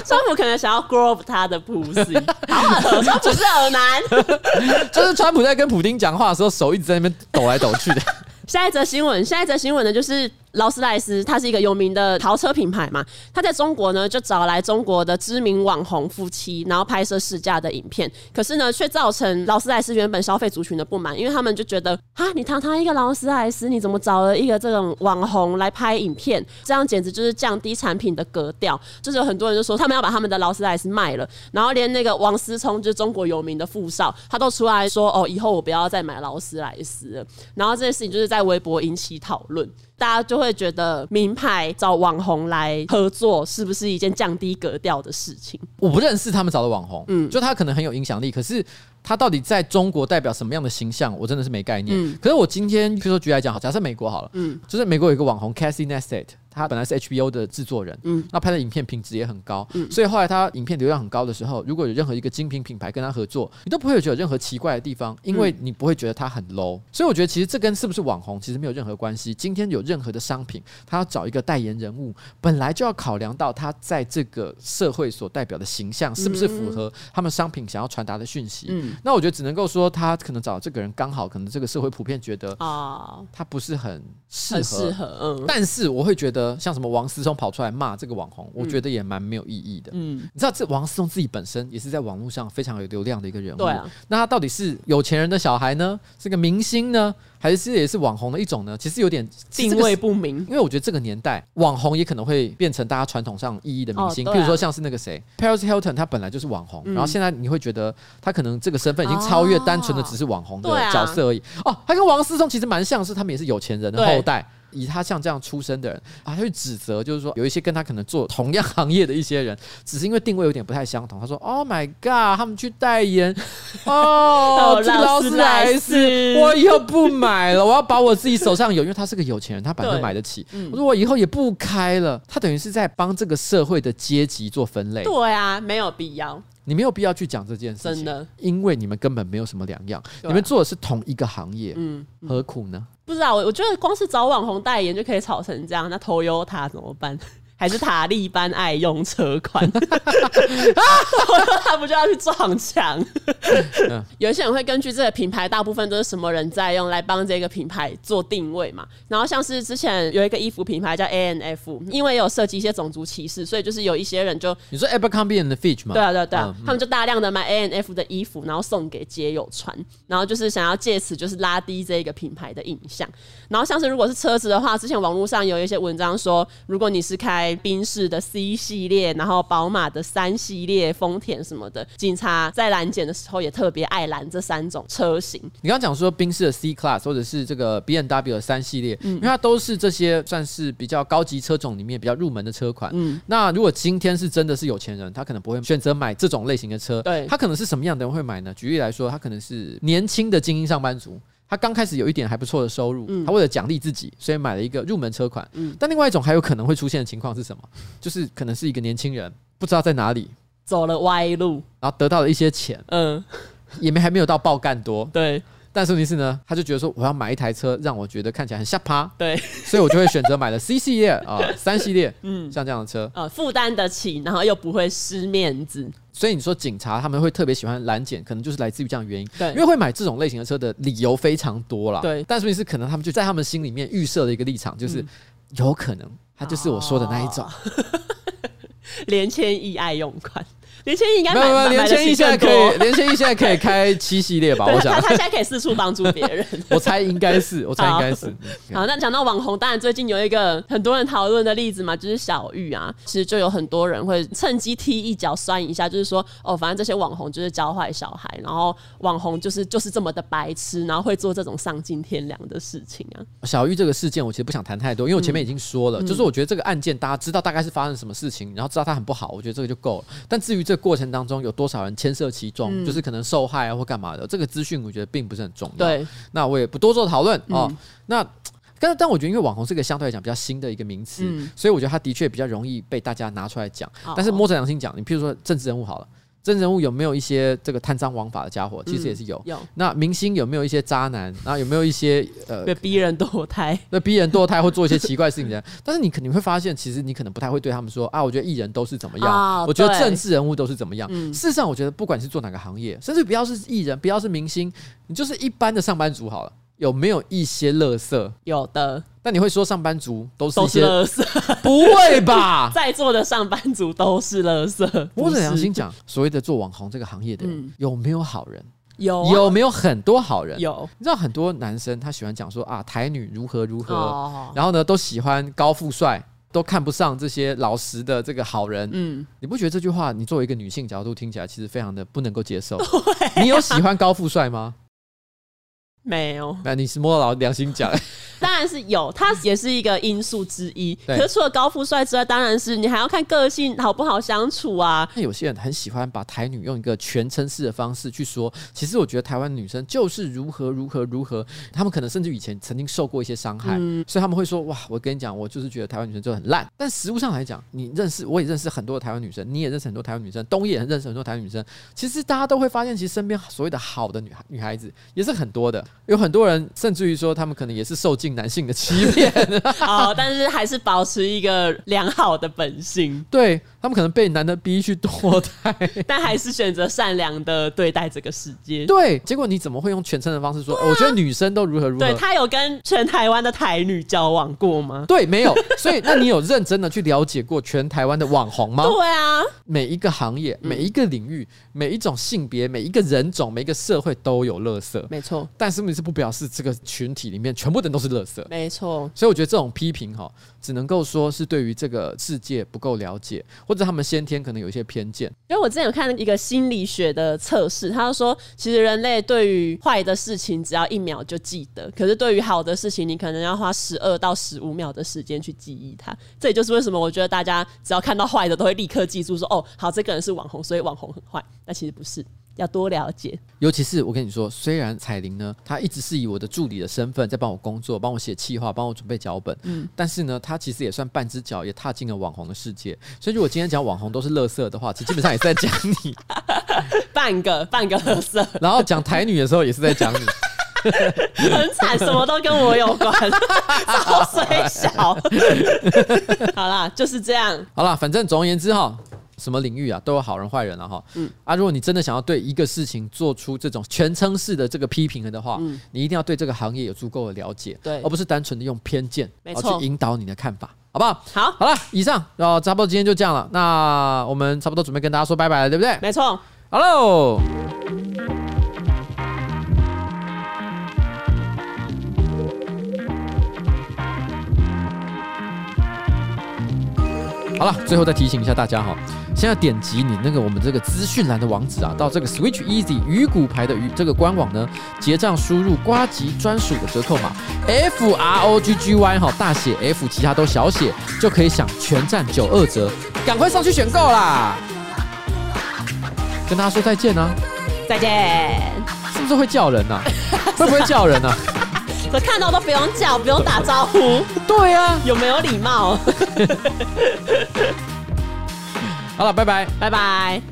B: 川普可能想要 grow up 他的 pussy，好恶，川普是耳男。
A: [laughs] 就是川普在跟普京讲话的时候，手一直在那边抖来抖去的。 [laughs]
B: 下一则新闻，下一则新闻呢，就是劳斯莱斯，它是一个有名的豪车品牌嘛。它在中国呢，就找来中国的知名网红夫妻，然后拍摄试驾的影片。可是呢，却造成劳斯莱斯原本消费族群的不满，因为他们就觉得啊，你堂堂一个劳斯莱斯，你怎么找了一个这种网红来拍影片？这样简直就是降低产品的格调。就是有很多人就说，他们要把他们的劳斯莱斯卖了，然后连那个王思聪，就是中国有名的富少，他都出来说哦，以后我不要再买劳斯莱斯了。然后这件事情就是在微博引起讨论，大家就会觉得名牌找网红来合作是不是一件降低格调的事情？
A: 我不认识他们找的网红，嗯，就他可能很有影响力，可是他到底在中国代表什么样的形象，我真的是没概念。可是我今天，比如说举例来讲，好，假设美国好了，嗯，就是美国有一个网红 Cassie Neistat。他本来是 HBO 的制作人，嗯，那拍的影片品质也很高，所以后来他影片流量很高的时候，如果有任何一个精品品牌跟他合作，你都不会觉得有任何奇怪的地方，因为你不会觉得他很 low。所以我觉得其实这跟是不是网红其实没有任何关系。今天有任何的商品，他要找一个代言人物，本来就要考量到他在这个社会所代表的形象是不是符合他们商品想要传达的讯息。那我觉得只能够说他可能找这个人刚好，可能这个社会普遍觉得
B: 啊、
A: 他不是很适
B: 很
A: 合
B: 适合，嗯。
A: 但是我会觉得，得像什么王思聪跑出来骂这个网红，我觉得也蛮没有意义的。
B: 嗯，
A: 你知道这王思聪自己本身也是在网络上非常有流量的一个人物，
B: 对啊
A: 那他到底是有钱人的小孩呢，是个明星呢，还是也是网红的一种呢？其实有点
B: 定位
A: 这个
B: 不明
A: 因为我觉得这个年代，网红也可能会变成大家传统上意义的明星，
B: 哦对啊
A: 比如说像是那个谁，Paris Hilton，他本来就是网红，
B: 嗯
A: 然后现在你会觉得他可能这个身份已经超越单纯的只是网红的
B: 哦对啊
A: 角色而已。哦，他跟王思聪其实蛮像，是他们也是有钱人的
B: 对
A: 后代。以他像这样出身的人啊，他会指责，就是说有一些跟他可能做同样行业的一些人，只是因为定位有点不太相同。他说：“Oh my god，他们去代言
B: [laughs]
A: 哦， [laughs] 这个劳斯莱斯，我以后不买了，我要把我自己手上有，因为他是个有钱人，他本来就
B: 对嗯
A: 买得起。我说我以后也不开了，他等于是在帮这个社会的阶级做分类。
B: 对啊，没有必要，
A: 你没有必要去讲这件事情，
B: 真的，
A: 因为你们根本没有什么两样，
B: 对啊
A: 你们做的是同一个行业，
B: 嗯，
A: 何苦呢？
B: 不知道，我我觉得光是找网红代言就可以炒成这样，那 Toyota 怎么办？ [laughs] 还是塔利班爱用车款 [laughs] 啊，Toyota 不就要去撞墙？ [laughs] 有一些人会根据这个品牌，大部分都是什么人在用，来帮这个品牌做定位嘛。然后像是之前有一个衣服品牌叫 A N F，因为有涉及一些种族歧视，所以就是有一些人就
A: 你说 Abercrombie and Fitch 嘛？
B: 对啊，对啊，对啊
A: 嗯，
B: 他们就大量的买 A N F 的衣服，然后送给街友穿，然后就是想要借此就是拉低这个品牌的印象。然后像是如果是车子的话，之前网络上有一些文章说，如果你是开宾士的 C 系列，然后宝马的三系列、丰田什么的，警察在拦检的时候也特别爱拦这三种车型。
A: 你刚刚讲说宾士的 C Class 或者是这个 B N W 的三系列，因为它都是这些算是比较高级车种里面比较入门的车款。那如果今天是真的是有钱人，他可能不会选择买这种类型的车。
B: 对
A: 他可能是什么样的人会买呢？举例来说，他可能是年轻的精英上班族。他刚开始有一点还不错的收入，他为了奖励自己，所以买了一个入门车款。但另外一种还有可能会出现的情况是什么？就是可能是一个年轻人不知道在哪里，
B: 走了歪路，
A: 然后得到了一些钱，
B: 嗯，
A: 也没还没有到爆干多，
B: 对
A: 但是问题是呢，他就觉得说我要买一台车，让我觉得看起来很下趴，
B: 对，
A: 所以我就会选择买了 [laughs] C 系列啊、三系列，嗯，像这样的车。
B: 呃，负担得起，然后又不会失面子，
A: 所以你说警察他们会特别喜欢拦检，可能就是来自于这样的原因。
B: 对
A: 因为会买这种类型的车的理由非常多啦。
B: 对嗯
A: 但是问题是可能他们就在他们心里面预设的一个立场，就是、有可能他就是我说的那一种。
B: 哦 [laughs] 连千亿爱用款。连千亿应该
A: 没
B: 买
A: 有没有，
B: 哎买
A: 连
B: 得起
A: 千亿现在
B: 更
A: 可
B: 多
A: 以，连千亿现在可以开七系列吧？
B: 对
A: 我
B: 他 [laughs]
A: 想
B: 他，他现在可以四处帮助别人。
A: [laughs] 我猜应该是，我猜应该是。嗯
B: [laughs] 好，那讲到网红，当然最近有一个很多人讨论的例子嘛，就是小玉啊，其实就有很多人会趁机踢一脚酸一下，就是说哦，反正这些网红就是教坏小孩，然后网红就是就是这么的白痴，然后会做这种丧尽天良的事情啊。
A: 小玉这个事件，我其实不想谈太多，因为我
B: 嗯
A: 前面已经说了，就是我觉得这个案件大家知道大概是发生什么事情，然后知道它很不好，我觉得这个就够了。但至于这个过程当中有多少人牵涉其中，
B: 嗯
A: 就是可能受害啊或干嘛的，这个资讯我觉得并不是很重要。，
B: 对，嗯
A: 那我也不多做讨论哦。那但但我觉得，因为网红是个相对来讲比较新的一个名词，
B: 嗯
A: 所以我觉得它的确比较容易被大家拿出来讲。
B: 哦
A: 但是摸着良心讲，你譬如说政治人物好了，政治人物有没有一些这个贪赃枉法的家伙？其实也是有。
B: 嗯有
A: 那明星有没有一些渣男？然后有没有一些呃
B: 被逼人堕胎，
A: 那逼人堕胎或
B: [laughs]
A: 做一些奇怪事情的人，但是你肯定会发现，其实你可能不太会对他们说啊，我觉得艺人都是怎么样，
B: 啊嗯
A: 我觉得
B: 对
A: 政治人物都是怎么样。事实上，我觉得不管是做哪个行业，甚至不要是艺人，不要是明星，你就是一般的上班族好了，有没有一些乐色？
B: 有的
A: 但你会说上班族都是
B: 都
A: 一
B: 是
A: 些？
B: 垃
A: [laughs]
B: 圾，[laughs]
A: 不会吧？
B: 在座的上班族都是垃圾。
A: 摸着
B: 不是嗯
A: 良心讲，所谓的做网红这个行业的人，有没有好人？
B: 有啊
A: 有没有很多好人？
B: 有
A: 你知道很多男生他喜欢讲说啊，台女如何如何，
B: 哦
A: 然后呢都喜欢高富帅，都看不上这些老实的这个好人。
B: 嗯，
A: 你不觉得这句话你作为一个女性角度听起来其实非常的不能够接受？你有喜欢高富帅吗？ [laughs]
B: 没有。
A: 那你是摸着良心讲，
B: 当然是有，它也是一个因素之一。
A: 对
B: 可是除了高富帅之外，当然是你还要看个性好不好相处 [laughs] 啊。
A: 那有些人很喜欢把台女用一个全称式的方式去说，其实我觉得台湾女生就是如何如何如何，她们可能甚至以前曾经受过一些伤害，所以他们会说哇，我跟你讲，我就是觉得台湾女生就很烂。但实物上来讲，你认识我也认识很多的台湾女生，你也认识很多台湾女生，东野也认识很多台湾女生。其实大家都会发现，其实身边所谓的好的女孩女孩子也是很多的，有很多人甚至于说她们可能也是受尽性男性的欺骗。
B: 哦，但是还是保持一个良好的本性，
A: [laughs] 对他们可能被男的逼去堕胎，
B: 但还是选择善良的对待这个世界。
A: 对，结果你怎么会用全称的方式说？哦我觉得女生都如何如
B: 啊对
A: 何。
B: 他有跟全台湾的台女交往过吗？
A: 对，没有，所以那你有认真的去了解过全台湾的网红吗？
B: [laughs] 对嗯啊，
A: 每一个行业、每一个领域、每一种性别、每一个人种、每一个社会都有垃圾，
B: 没错，
A: 但是问题是不表示这个群体里面全部的人都是垃圾。
B: 没错，
A: 所以我觉得这种批评哈，只能够说是对于这个世界不够了解，或者他们先天可能有一些偏见。
B: 因为我之前有看一个心理学的测试，他就说，其实人类对于坏的事情只要一秒就记得，可是对于好的事情，你可能要花十二到十五秒的时间去记忆它。这也就是为什么我觉得大家只要看到坏的，都会立刻记住说，哦，好，这个人是网红，所以网红很坏。但其实不是，要多了解。
A: 尤其是我跟你说，虽然彩玲呢，她一直是以我的助理的身份在帮我工作，帮我写企划，帮我准备脚本，但是呢，她其实也算半只脚也踏进了网红的世界。所以如果今天讲网红都是垃圾的话，其实基本上也是在讲你，
B: 半个半个垃圾，
A: 然后讲台女的时候也是在讲你。
B: 很惨，什么都跟我有关， [laughs] 超水小。 [laughs] 好啦，就是这样。
A: 好啦，反正总而言之哈，什么领域啊都有好人坏人了、哈。嗯啊，如果你真的想要对一个事情做出这种全称式的这个批评的话，你一定要对这个行业有足够的了解，
B: 嗯对
A: 而不是单纯的用偏见，
B: 没
A: 然后
B: 错
A: 去引导你的看法，好不好？
B: 好
A: 好了，以上，然后差不多今天就这样了。那我们差不多准备跟大家说拜拜了，对不对？
B: 没错，
A: 好喽。好了，最后再提醒一下大家哈，现在点击你那个我们这个资讯栏的网址啊，到这个 Switch Easy 鱼骨牌的鱼这个官网呢，结账输入瓜吉专属的折扣码 F R O G G Y 哈，大写 F，其他都小写，就可以享全站九二折，赶快上去选购啦！跟大家说再见啊！
B: 再见。
A: 是不是会叫人呐、会不会叫人呐、
B: 可看到都不用叫，不用打招呼，
A: 对啊呀、
B: 有没有礼貌？ [laughs]
A: 好了，拜拜。
B: 拜拜。